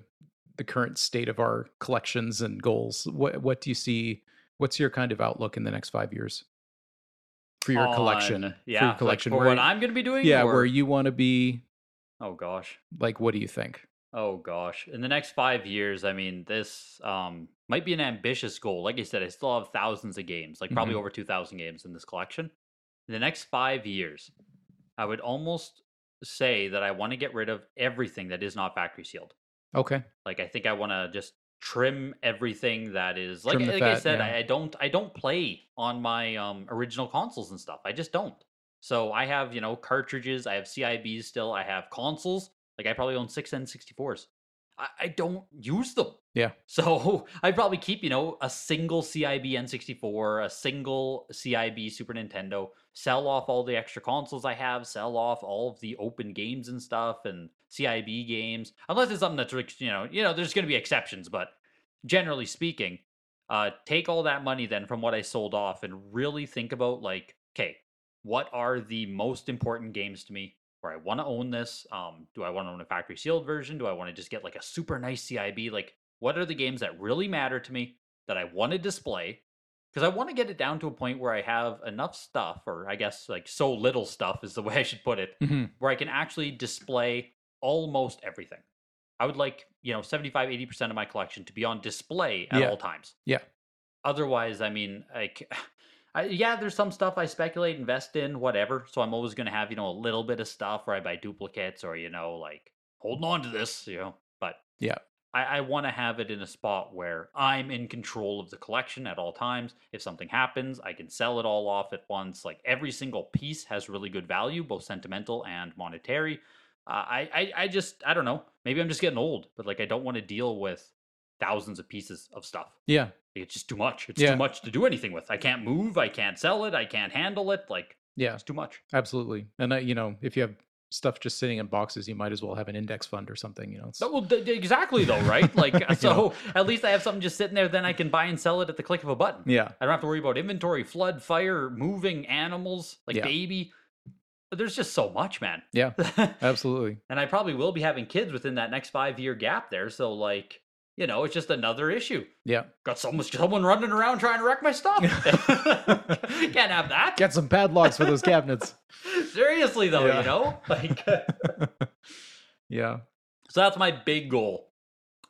Speaker 2: the current state of our collections and goals what what do you see what's your kind of outlook in the next five years for your collection
Speaker 1: On-
Speaker 2: for
Speaker 1: yeah,
Speaker 2: your collection
Speaker 1: Like for
Speaker 2: where,
Speaker 1: what I'm gonna be doing.
Speaker 2: yeah
Speaker 1: or-
Speaker 2: where you want to be
Speaker 1: oh gosh.
Speaker 2: like what do you think
Speaker 1: Oh gosh. In the next five years, I mean, this um might be an ambitious goal. Like I said, I still have thousands of games, like probably
Speaker 2: Mhm.
Speaker 1: over two thousand games in this collection. In the next five years, I would almost say that I want to get rid of everything that is not factory sealed.
Speaker 2: okay
Speaker 1: Like I think I want to just trim everything that is like
Speaker 2: Trim the
Speaker 1: like I
Speaker 2: fat,
Speaker 1: said,
Speaker 2: yeah.
Speaker 1: I, I don't I don't play on my um original consoles and stuff. I just don't. So I have, you know, cartridges, I have CIBs still, I have consoles. Like I probably own six N64s. I, I don't use them.
Speaker 2: Yeah.
Speaker 1: So I probably keep, you know, a single CIB N64, a single CIB Super Nintendo, sell off all the extra consoles I have, sell off all of the open games and stuff and CIB games. Unless it's something that's like, you know, you know, there's gonna be exceptions, but generally speaking, uh, take all that money then from what I sold off and really think about like, okay, what are the most important games to me where I want to own this? Um, do I want to own a factory sealed version? Do I want to just get like a super nice CIB? Like, what are the games that really matter to me that I want to display? Because I want to get it down to a point where I have enough stuff, or I guess like so little stuff is the way I should put it,
Speaker 2: mm-hmm.
Speaker 1: where I can actually display almost everything. I would like, you know, 75, 80% of my collection to be on display at
Speaker 2: Yeah.
Speaker 1: all times.
Speaker 2: Yeah.
Speaker 1: Otherwise, I mean, like, I, yeah, there's some stuff I speculate, invest in, whatever. So I'm always going to have, you know, a little bit of stuff where I buy duplicates or, you know, like holding on to this, you know, but
Speaker 2: Yeah.
Speaker 1: I, I want to have it in a spot where I'm in control of the collection at all times. If something happens, I can sell it all off at once. Like every single piece has really good value, both sentimental and monetary. Uh, I, I I just I don't know. Maybe I'm just getting old, but like I don't want to deal with thousands of pieces of stuff.
Speaker 2: Yeah.
Speaker 1: Like, it's just too much. It's
Speaker 2: Yeah.
Speaker 1: too much to do anything with. I can't move. I can't sell it. I can't handle it. Like
Speaker 2: Yeah.
Speaker 1: it's too much.
Speaker 2: Absolutely. And I, you know, if you have stuff just sitting in boxes, you might as well have an index fund or something. You know. It's,
Speaker 1: No, well, d- d- exactly though, right? Like
Speaker 2: You
Speaker 1: so, at least I have something just sitting there. Then I can buy and sell it at the click of a button.
Speaker 2: yeah.
Speaker 1: I don't have to worry about inventory, flood, fire, moving animals, like
Speaker 2: Yeah.
Speaker 1: baby. There's just so much, man.
Speaker 2: Yeah.
Speaker 1: and
Speaker 2: Absolutely.
Speaker 1: I probably will be having kids within that next five year gap there. So, like, you know, it's just another issue.
Speaker 2: Yeah.
Speaker 1: Got someone, someone running around trying to wreck my stuff. Can't have that.
Speaker 2: Get some padlocks for those cabinets.
Speaker 1: Seriously though,
Speaker 2: Yeah.
Speaker 1: you know, like
Speaker 2: yeah.
Speaker 1: so that's my big goal.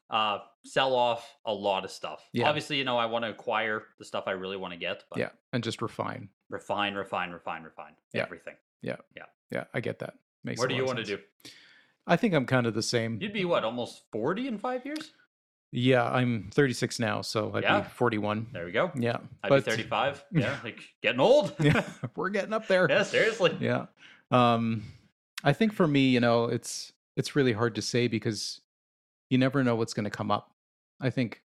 Speaker 1: Uh, sell off a lot of stuff.
Speaker 2: Yeah.
Speaker 1: Obviously, you know, I want to acquire the stuff I really want to get, but
Speaker 2: Yeah. And just refine.
Speaker 1: refine, refine, refine, refine
Speaker 2: Yeah.
Speaker 1: everything.
Speaker 2: Yeah, I get that. Makes
Speaker 1: what
Speaker 2: a
Speaker 1: do
Speaker 2: lot
Speaker 1: you
Speaker 2: of
Speaker 1: want to
Speaker 2: sense.
Speaker 1: do?
Speaker 2: I think I'm kind of the same.
Speaker 1: You'd be what, almost forty in five years?
Speaker 2: Yeah, I'm 36 now, so I'd
Speaker 1: Yeah.
Speaker 2: be 41.
Speaker 1: There we go.
Speaker 2: Yeah.
Speaker 1: I'd
Speaker 2: but-
Speaker 1: be thirty-five. Yeah, like getting old.
Speaker 2: yeah, we're getting up there.
Speaker 1: yeah, seriously.
Speaker 2: yeah um i think for me you know it's it's really hard to say because you never know what's going to come up i think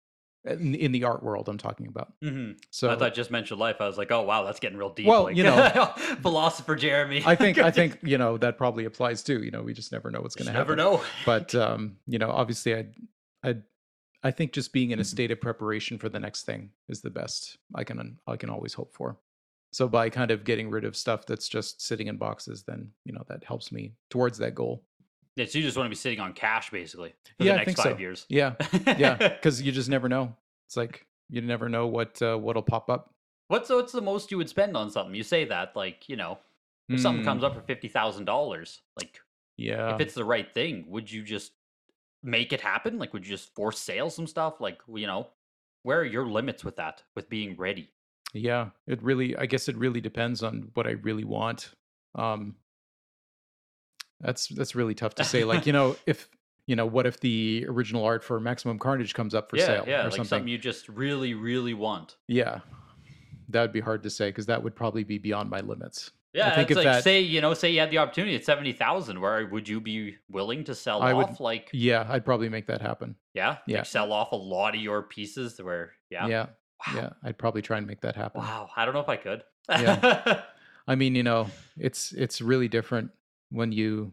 Speaker 2: in, in the art world i'm talking about
Speaker 1: hmm
Speaker 2: so
Speaker 1: I thought just mentioned life. I was like, oh wow, that's getting real deep.
Speaker 2: Well,
Speaker 1: like,
Speaker 2: you know-
Speaker 1: philosopher Jeremy.
Speaker 2: i think i think you know that probably applies too you know we just never know what's
Speaker 1: you
Speaker 2: going to
Speaker 1: never
Speaker 2: happen
Speaker 1: know.
Speaker 2: but um you know obviously i i i think just being in
Speaker 1: Mm-hmm.
Speaker 2: a state of preparation for the next thing is the best i can i can always hope for so by kind of getting rid of stuff that's just sitting in boxes then you know that helps me towards that goal
Speaker 1: Yeah, so you just want to be sitting on cash basically for
Speaker 2: Yeah, I
Speaker 1: the next
Speaker 2: think
Speaker 1: five
Speaker 2: so.
Speaker 1: years.
Speaker 2: yeah yeah because you just never know it's like you never know what uh, what'll pop up
Speaker 1: what's what's the most you would spend on something? You say that like you know if something comes up for fifty thousand dollars, like
Speaker 2: Hmm, yeah
Speaker 1: if it's the right thing, would you just make it happen? Like, would you just force sale some stuff? Like, you know, where are your limits with that? With being ready?
Speaker 2: yeah it really i guess it really depends on what i really want um that's that's really tough to say like you know if you know what if the original art for maximum carnage comes up for
Speaker 1: yeah,
Speaker 2: sale
Speaker 1: yeah,
Speaker 2: or
Speaker 1: like
Speaker 2: something,
Speaker 1: something. you just really, really want.
Speaker 2: yeah that would be hard to say because that would probably be beyond my limits
Speaker 1: Yeah,
Speaker 2: think
Speaker 1: it's
Speaker 2: if
Speaker 1: like
Speaker 2: that-
Speaker 1: say you know, say you had the opportunity at seventy thousand, where would you be willing to sell
Speaker 2: I would-
Speaker 1: off? Like,
Speaker 2: yeah i'd probably make that happen
Speaker 1: yeah,
Speaker 2: yeah.
Speaker 1: like sell off a lot of your pieces. to Where, yeah,
Speaker 2: yeah
Speaker 1: wow,
Speaker 2: yeah i'd probably try and make that happen
Speaker 1: wow, I don't know if I could.
Speaker 2: Yeah. I mean, you know, it's it's really different when you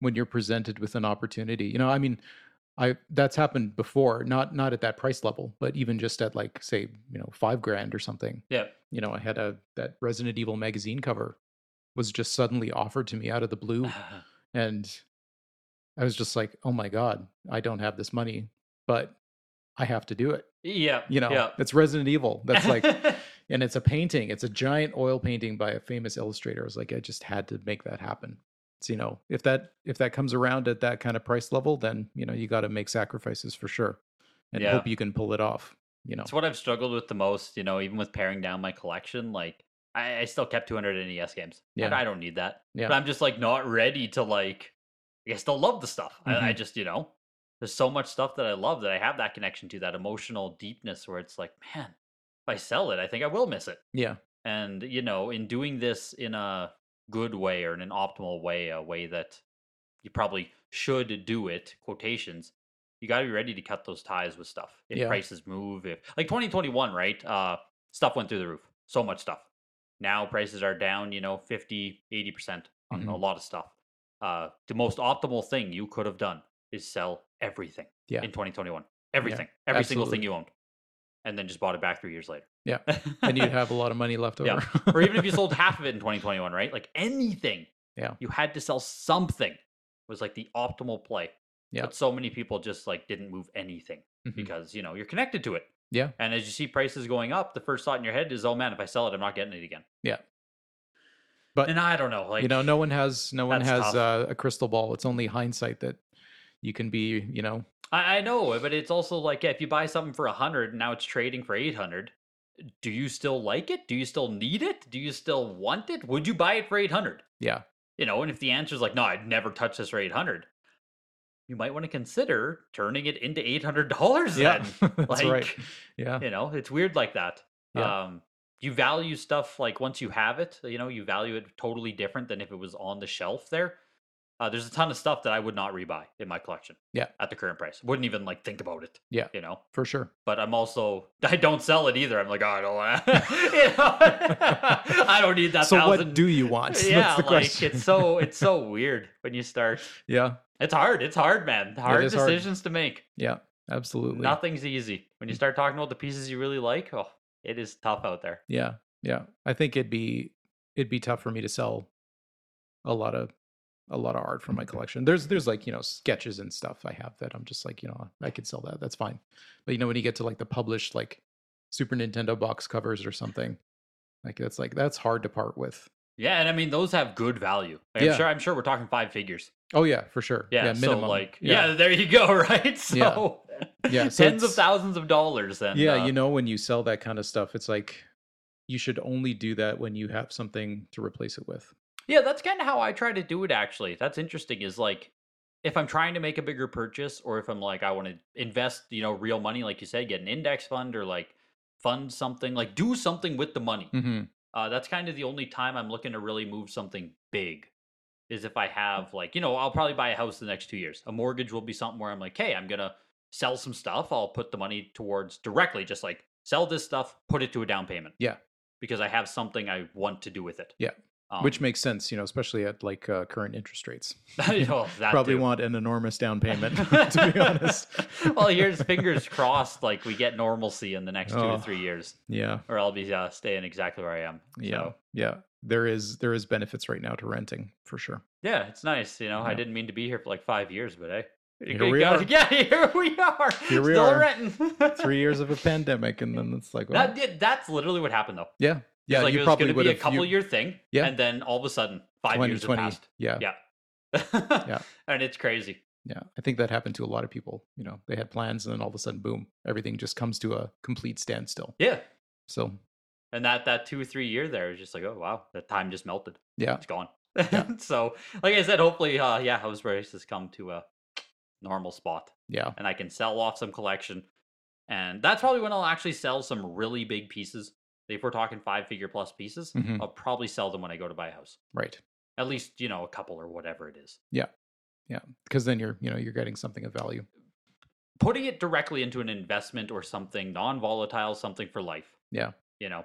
Speaker 2: when you're presented with an opportunity. You know, I mean, I that's happened before, not not at that price level, but even just at like say, you know, 5 grand or something.
Speaker 1: yeah,
Speaker 2: You know, I had a that Resident Evil magazine cover was just suddenly offered to me out of the blue and I was just like, "Oh my god, I don't have this money, but I have to do it."
Speaker 1: yeah,
Speaker 2: You know,
Speaker 1: yeah.
Speaker 2: it's Resident Evil. That's like and it's a painting it's a giant oil painting by a famous illustrator i was like i just had to make that happen so you know if that if that comes around at that kind of price level then you know you got to make sacrifices for sure and
Speaker 1: Yeah.
Speaker 2: hope you can pull it off you know
Speaker 1: It's what I've struggled with the most, you know, even with paring down my collection. Like, I, I still kept 200 NES E games. Yeah.
Speaker 2: Yeah.
Speaker 1: I, don't need that.
Speaker 2: Yeah.
Speaker 1: But I'm just like not ready to, like, I still love the stuff. I,
Speaker 2: Mm-hmm.
Speaker 1: I just, you know, there's so much stuff that I love that I have that connection to, that emotional deepness where it's like, man, if I sell it, I think I will miss it.
Speaker 2: yeah
Speaker 1: And, you know, in doing this in a good way or in an optimal way, a way that you probably should do it, quotations, you got to be ready to cut those ties with stuff. If
Speaker 2: Yeah.
Speaker 1: prices move, if like 2021, right? Uh, stuff went through the roof. So much stuff. Now prices are down, you know, 50, 80% on a
Speaker 2: Mhm.
Speaker 1: lot of stuff. Uh, the most optimal thing you could have done is sell everything
Speaker 2: Yeah.
Speaker 1: in 2021. Everything. every single thing
Speaker 2: absolutely.
Speaker 1: you owned. And then just bought it back three years later.
Speaker 2: Yeah. and you'd have a lot of money left
Speaker 1: Yeah.
Speaker 2: over
Speaker 1: or even if you sold half of it in 2021, right? Like anything.
Speaker 2: Yeah.
Speaker 1: You had to sell something was like the optimal play.
Speaker 2: Yeah.
Speaker 1: But so many people just like didn't move anything
Speaker 2: Mhm.
Speaker 1: because, you know, you're connected to it.
Speaker 2: Yeah.
Speaker 1: And as you see prices going up, the first thought in your head is, oh man, if I sell it, I'm not getting it again.
Speaker 2: Yeah. But,
Speaker 1: and I don't know. Like,
Speaker 2: you know no one has no one
Speaker 1: that's
Speaker 2: has
Speaker 1: tough.
Speaker 2: uh, a crystal ball it's only hindsight that you can be you know
Speaker 1: I, I know, but it's also like if you buy something for a hundred and now it's trading for eight hundred, do you still like it? Do you still need it? Do you still want it? Would you buy it for eight hundred?
Speaker 2: Yeah.
Speaker 1: You know, and if the answer is like, no, I'd never touch this for eight hundred, you might want to consider turning it into eight hundred dollars.
Speaker 2: yeah
Speaker 1: then.
Speaker 2: that's right yeah
Speaker 1: You know, it's weird like that.
Speaker 2: Yeah.
Speaker 1: Um, you value stuff like once you have it, you know, you value it totally different than if it was on the shelf there. Uh, there's a ton of stuff that I would not rebuy in my collection.
Speaker 2: Yeah.
Speaker 1: At the current price. Wouldn't even like think about it.
Speaker 2: Yeah.
Speaker 1: You know,
Speaker 2: for sure
Speaker 1: but I'm also, I don't sell it either. I'm like, oh, I don't want to, you know, I don't need that
Speaker 2: so
Speaker 1: thousand.
Speaker 2: what do you want
Speaker 1: yeah.
Speaker 2: that's the
Speaker 1: like
Speaker 2: question
Speaker 1: it's so, it's so weird when you start.
Speaker 2: yeah
Speaker 1: It's hard. It's hard, man. Hard
Speaker 2: is hard.
Speaker 1: decisions to make.
Speaker 2: Yeah, absolutely.
Speaker 1: Nothing's easy. When
Speaker 2: Mm.
Speaker 1: you start talking about the pieces you really like, oh, it is tough out there.
Speaker 2: yeah, yeah. I think it'd be it'd be tough for me to sell a lot of a lot of art from
Speaker 1: Mm-hmm.
Speaker 2: my collection. There's there's like you know sketches and stuff I have that I'm just like you know I could sell that. That's fine. But you know when you get to like the published like Super Nintendo box covers or something, like that's like that's hard to part with.
Speaker 1: Yeah, and I mean those have good value. Like,
Speaker 2: Yeah.
Speaker 1: I'm sure I'm sure we're talking five figures.
Speaker 2: Oh yeah, for sure.
Speaker 1: Yeah,
Speaker 2: minimum.
Speaker 1: so like yeah.
Speaker 2: yeah,
Speaker 1: there you go, right? So
Speaker 2: Yeah, so
Speaker 1: tens of
Speaker 2: it's-
Speaker 1: thousands of dollars and
Speaker 2: yeah.
Speaker 1: uh,
Speaker 2: you know when you sell that kind of stuff, it's like you should only do that when you have something to replace it with.
Speaker 1: Yeah, that's kind of how I try to do it actually. That's interesting is like if I'm trying to make a bigger purchase or if I'm like I want to invest, you know, real money like you said, get an index fund or like fund something, like do something with the money.
Speaker 2: Mm-hmm.
Speaker 1: Uh that's kind of the only time I'm looking to really move something big is if I
Speaker 2: Mm.
Speaker 1: have like, you know, I'll probably buy a house the next 2 years. A mortgage will be something where I'm like, "Hey, I'm going to sell some stuff. I'll put the money towards directly just like sell this stuff, put it to a down payment."
Speaker 2: Yeah.
Speaker 1: Because I have something I want to do with it.
Speaker 2: Yeah.
Speaker 1: Um,
Speaker 2: Which makes sense, you know, especially at like uh, current interest rates.
Speaker 1: oh, that
Speaker 2: Probably
Speaker 1: too.
Speaker 2: want an enormous down payment, to be honest.
Speaker 1: well, here's fingers crossed, like we get normalcy in the next two
Speaker 2: Oh.
Speaker 1: to three years,
Speaker 2: yeah.
Speaker 1: or I'll be uh, staying exactly where I am.
Speaker 2: Yeah,
Speaker 1: So,
Speaker 2: yeah. There is there is benefits right now to renting for sure.
Speaker 1: yeah, it's nice. You know, I
Speaker 2: Yeah.
Speaker 1: didn't mean to be here for like five years, but hey, you
Speaker 2: Here we
Speaker 1: gotta-
Speaker 2: are.
Speaker 1: Yeah, here we are.
Speaker 2: Here we
Speaker 1: Still
Speaker 2: are.
Speaker 1: renting.
Speaker 2: Three years of a pandemic, and then it's like, well,
Speaker 1: That, yeah, that's literally what happened, though. It's
Speaker 2: yeah, yeah.
Speaker 1: like
Speaker 2: you
Speaker 1: it was
Speaker 2: probably
Speaker 1: going to
Speaker 2: would
Speaker 1: be a
Speaker 2: have-
Speaker 1: couple
Speaker 2: you-
Speaker 1: year thing,
Speaker 2: Yeah.
Speaker 1: and then all of a sudden, five years have
Speaker 2: 2020
Speaker 1: passed,
Speaker 2: Yeah,
Speaker 1: Yeah. and it's crazy.
Speaker 2: yeah. I think that happened to a lot of people. You know, they had plans, and then all of a sudden, boom, everything just comes to a complete standstill.
Speaker 1: Yeah,
Speaker 2: So
Speaker 1: and that that two three year there is just like, oh wow, that time just melted.
Speaker 2: yeah,
Speaker 1: it's gone. so, like I said, hopefully, uh, yeah, house prices come to a normal spot,
Speaker 2: yeah,
Speaker 1: and I can sell off some collection, and that's probably when I'll actually sell some really big pieces. If we're talking five figure plus pieces,
Speaker 2: Mhm.
Speaker 1: I'll probably sell them when I go to buy a house.
Speaker 2: right.
Speaker 1: At least you know a couple or whatever it is.
Speaker 2: Because then you're you know you're getting something of value.
Speaker 1: Putting it directly into an investment or something non volatile, something for life.
Speaker 2: Yeah.
Speaker 1: you know,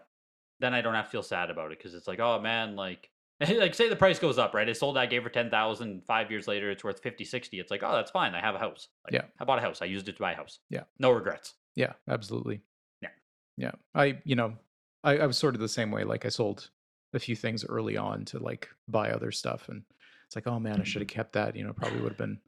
Speaker 1: then I don't have to feel sad about it because it's like, oh man, like. like say the price goes up right i sold that I gave her 10000 five years later it's worth 50 60 it's like oh that's fine i have a house like,
Speaker 2: Yeah.
Speaker 1: i bought a house i used it to buy a house
Speaker 2: Yeah.
Speaker 1: no regrets
Speaker 2: Yeah, absolutely.
Speaker 1: Yeah.
Speaker 2: Yeah. I, you know, I, I was sort of the same way. Like I sold a few things early on to like buy other stuff. And it's like, oh man, I should
Speaker 1: Mm-hmm.
Speaker 2: have kept that. You know, probably would have been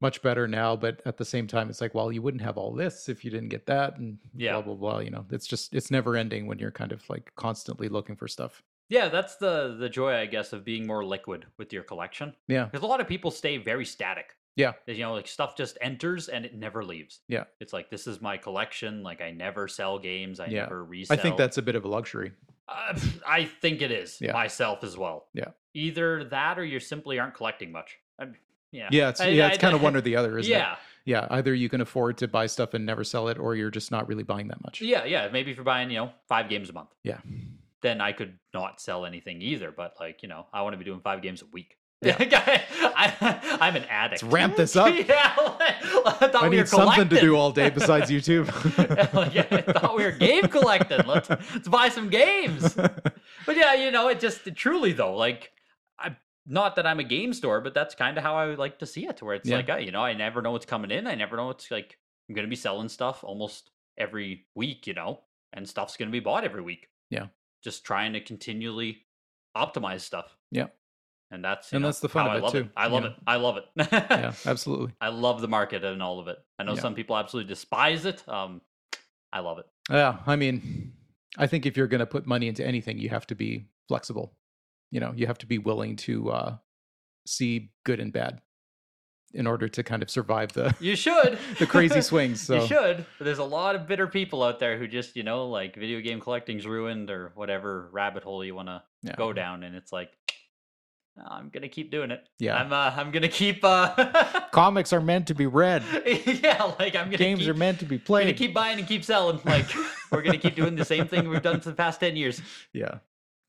Speaker 2: much better now. But at the same time, it's like, well, you wouldn't have all this if you didn't get that and
Speaker 1: Yeah.
Speaker 2: blah, blah, blah. You know, it's just, it's never ending when you're kind of like constantly looking for stuff.
Speaker 1: yeah that's the the joy i guess of being more liquid with your collection
Speaker 2: Yeah.
Speaker 1: because a lot of people stay very static
Speaker 2: Yeah.
Speaker 1: you know like stuff just enters and it never leaves
Speaker 2: Yeah.
Speaker 1: it's like this is my collection like i never sell games i
Speaker 2: Yeah.
Speaker 1: never resell
Speaker 2: I think that's a bit of a luxury.
Speaker 1: Uh, I think it is
Speaker 2: Yeah.
Speaker 1: myself as well.
Speaker 2: Yeah.
Speaker 1: Either that, or you simply aren't collecting much. I mean, yeah.
Speaker 2: Yeah. It's,
Speaker 1: I-
Speaker 2: yeah,
Speaker 1: I-
Speaker 2: it's kind of
Speaker 1: I-
Speaker 2: one or the other, isn't it?
Speaker 1: yeah.
Speaker 2: Yeah. Either you can afford to buy stuff and never sell it, or you're just not really buying that much.
Speaker 1: Yeah. Yeah. Maybe if you're buying, you know, five games a month,
Speaker 2: Yeah.
Speaker 1: then I could not sell anything either. But like, you know, I want to be doing five games a week.
Speaker 2: Yeah.
Speaker 1: I, I'm an addict.
Speaker 2: ramp this up.
Speaker 1: yeah. I thought
Speaker 2: I
Speaker 1: we were
Speaker 2: need something to do
Speaker 1: collecting.
Speaker 2: all day besides YouTube.
Speaker 1: like, I thought we were game collecting. Let's, let's buy some games. But yeah, you know, it just truly though, like I not that I'm a game store, but that's kind of how I would like to see it, to where it's
Speaker 2: Yeah.
Speaker 1: like, uh, you know, I never know what's coming in. I never know what's like I'm gonna be selling stuff almost every week, you know, and stuff's gonna be bought every week.
Speaker 2: Yeah.
Speaker 1: just trying to continually optimize stuff.
Speaker 2: Yeah.
Speaker 1: and that's you
Speaker 2: And
Speaker 1: know,
Speaker 2: that's the fun
Speaker 1: how
Speaker 2: of
Speaker 1: I
Speaker 2: it,
Speaker 1: love
Speaker 2: too,
Speaker 1: I
Speaker 2: you
Speaker 1: love
Speaker 2: know?
Speaker 1: it. I love it.
Speaker 2: yeah, absolutely.
Speaker 1: I love the market and all of it. I know
Speaker 2: Yeah.
Speaker 1: some people absolutely despise it. Um, I love it.
Speaker 2: Yeah, I mean, I think if you're going to put money into anything, you have to be flexible. You know, you have to be willing to uh, see good and bad in order to kind of survive the
Speaker 1: You should.
Speaker 2: the crazy swings. So
Speaker 1: You should. But there's a lot of bitter people out there who just, you know, like video game collecting's ruined or whatever rabbit hole you want to
Speaker 2: yeah,
Speaker 1: go down, and it's like, "Nah, I'm gonna keep doing it.
Speaker 2: yeah.
Speaker 1: I'm, uh, I'm gonna keep, uh,
Speaker 2: Comics are meant to be read.
Speaker 1: yeah, like I'm gonna
Speaker 2: Games
Speaker 1: keep,
Speaker 2: are meant to be
Speaker 1: I'm gonna
Speaker 2: played.
Speaker 1: keep buying and keep selling. Like we're gonna keep doing the same thing we've done for the past ten years.
Speaker 2: yeah, Yeah.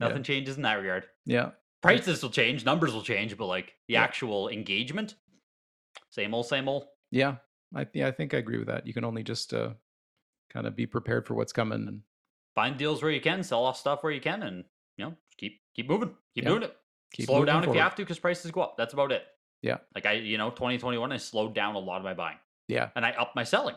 Speaker 1: Nothing changes in that regard.
Speaker 2: yeah,
Speaker 1: Prices will change, numbers will change, but like the
Speaker 2: Yeah.
Speaker 1: actual engagement, same old, same old.
Speaker 2: yeah. I yeah, I think I agree with that. You can only just uh, kind of be prepared for what's coming and
Speaker 1: find deals where you can, sell off stuff where you can, and you know, keep keep moving, keep
Speaker 2: Yeah.
Speaker 1: doing it.
Speaker 2: keep
Speaker 1: Slow
Speaker 2: moving
Speaker 1: down if
Speaker 2: forward.
Speaker 1: you have to because prices go up. That's about it.
Speaker 2: Yeah.
Speaker 1: Like I, you know, 2021, I slowed down a lot of my buying.
Speaker 2: Yeah.
Speaker 1: And I upped my selling.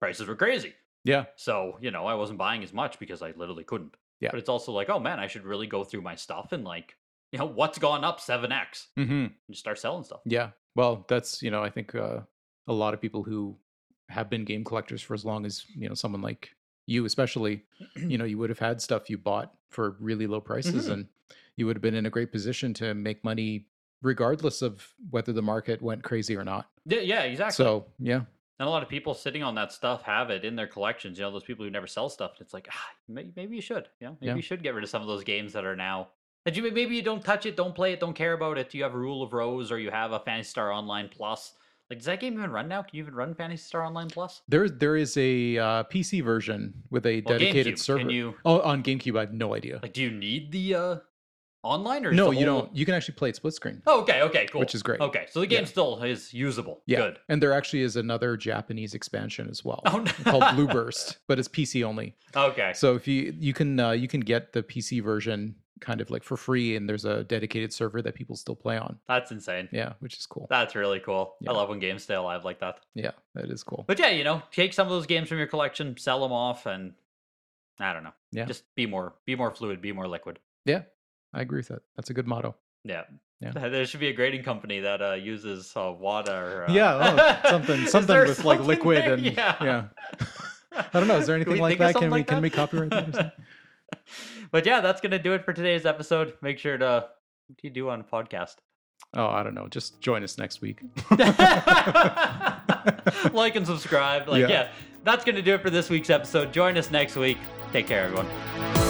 Speaker 1: Prices were crazy.
Speaker 2: Yeah.
Speaker 1: So, you know, I wasn't buying as much because I literally couldn't.
Speaker 2: Yeah.
Speaker 1: But it's also like, oh man, I should really go through my stuff and like you know what's gone up 7x
Speaker 2: hmm
Speaker 1: and just start selling stuff
Speaker 2: Yeah. Well, that's, you know, I think uh, a lot of people who have been game collectors for as long as, you know, someone like you, especially, you know, you would have had stuff you bought for really low prices
Speaker 1: Mhm.
Speaker 2: and you would have been in a great position to make money regardless of whether the market went crazy or not.
Speaker 1: yeah, yeah exactly
Speaker 2: So, yeah.
Speaker 1: and a lot of people sitting on that stuff have it in their collections you know those people who never sell stuff and it's like ah, may- maybe you should you know maybe
Speaker 2: Yeah.
Speaker 1: you should get rid of some of those games that are now that you maybe you don't touch it don't play it don't care about it do you have rule of rose or you have a fantasy star online plus like does that game even run now can you even run fantasy star online plus
Speaker 2: There there is a uh, PC version with a
Speaker 1: Well,
Speaker 2: dedicated
Speaker 1: GameCube,
Speaker 2: server.
Speaker 1: can you
Speaker 2: Oh, on GameCube, I have no idea.
Speaker 1: like do you need the uh online or is
Speaker 2: no,
Speaker 1: the
Speaker 2: you
Speaker 1: whole-
Speaker 2: don't. You can actually play it split screen.
Speaker 1: oh, okay okay cool
Speaker 2: Which is great.
Speaker 1: okay so the
Speaker 2: Yeah.
Speaker 1: game still is usable
Speaker 2: Yeah.
Speaker 1: good
Speaker 2: And there actually is another Japanese expansion as well
Speaker 1: Oh, no.
Speaker 2: called Blue Burst, but it's PC only.
Speaker 1: okay
Speaker 2: So if you you can uh, you can get the PC version kind of like for free, and there's a dedicated server that people still play on.
Speaker 1: that's insane
Speaker 2: Yeah, which is cool.
Speaker 1: That's really cool.
Speaker 2: Yeah.
Speaker 1: I love when games stay alive like that.
Speaker 2: yeah, that is cool.
Speaker 1: But yeah, you know, take some of those games from your collection, sell them off, and I don't know.
Speaker 2: Yeah.
Speaker 1: Just be more, be more fluid, be more liquid.
Speaker 2: I agree with that. That's a good motto.
Speaker 1: Yeah.
Speaker 2: Yeah.
Speaker 1: There should be a grading company that uh, uses uh, WADA or uh...
Speaker 2: Yeah, oh, something
Speaker 1: Is
Speaker 2: something
Speaker 1: there
Speaker 2: with like
Speaker 1: something
Speaker 2: liquid
Speaker 1: there?
Speaker 2: and
Speaker 1: yeah.
Speaker 2: yeah. I don't know. Is there
Speaker 1: Can
Speaker 2: anything
Speaker 1: we
Speaker 2: like
Speaker 1: think of
Speaker 2: that? Can
Speaker 1: something
Speaker 2: we
Speaker 1: like
Speaker 2: can
Speaker 1: that?
Speaker 2: we copyright that? or something?
Speaker 1: but yeah, that's gonna do it for today's episode. Make sure to what do you do on a podcast?
Speaker 2: Oh, I don't know. Just join us next week.
Speaker 1: like and subscribe. Like,
Speaker 2: Yeah.
Speaker 1: yeah, that's going to do it for this week's episode. Join us next week. Take care, everyone.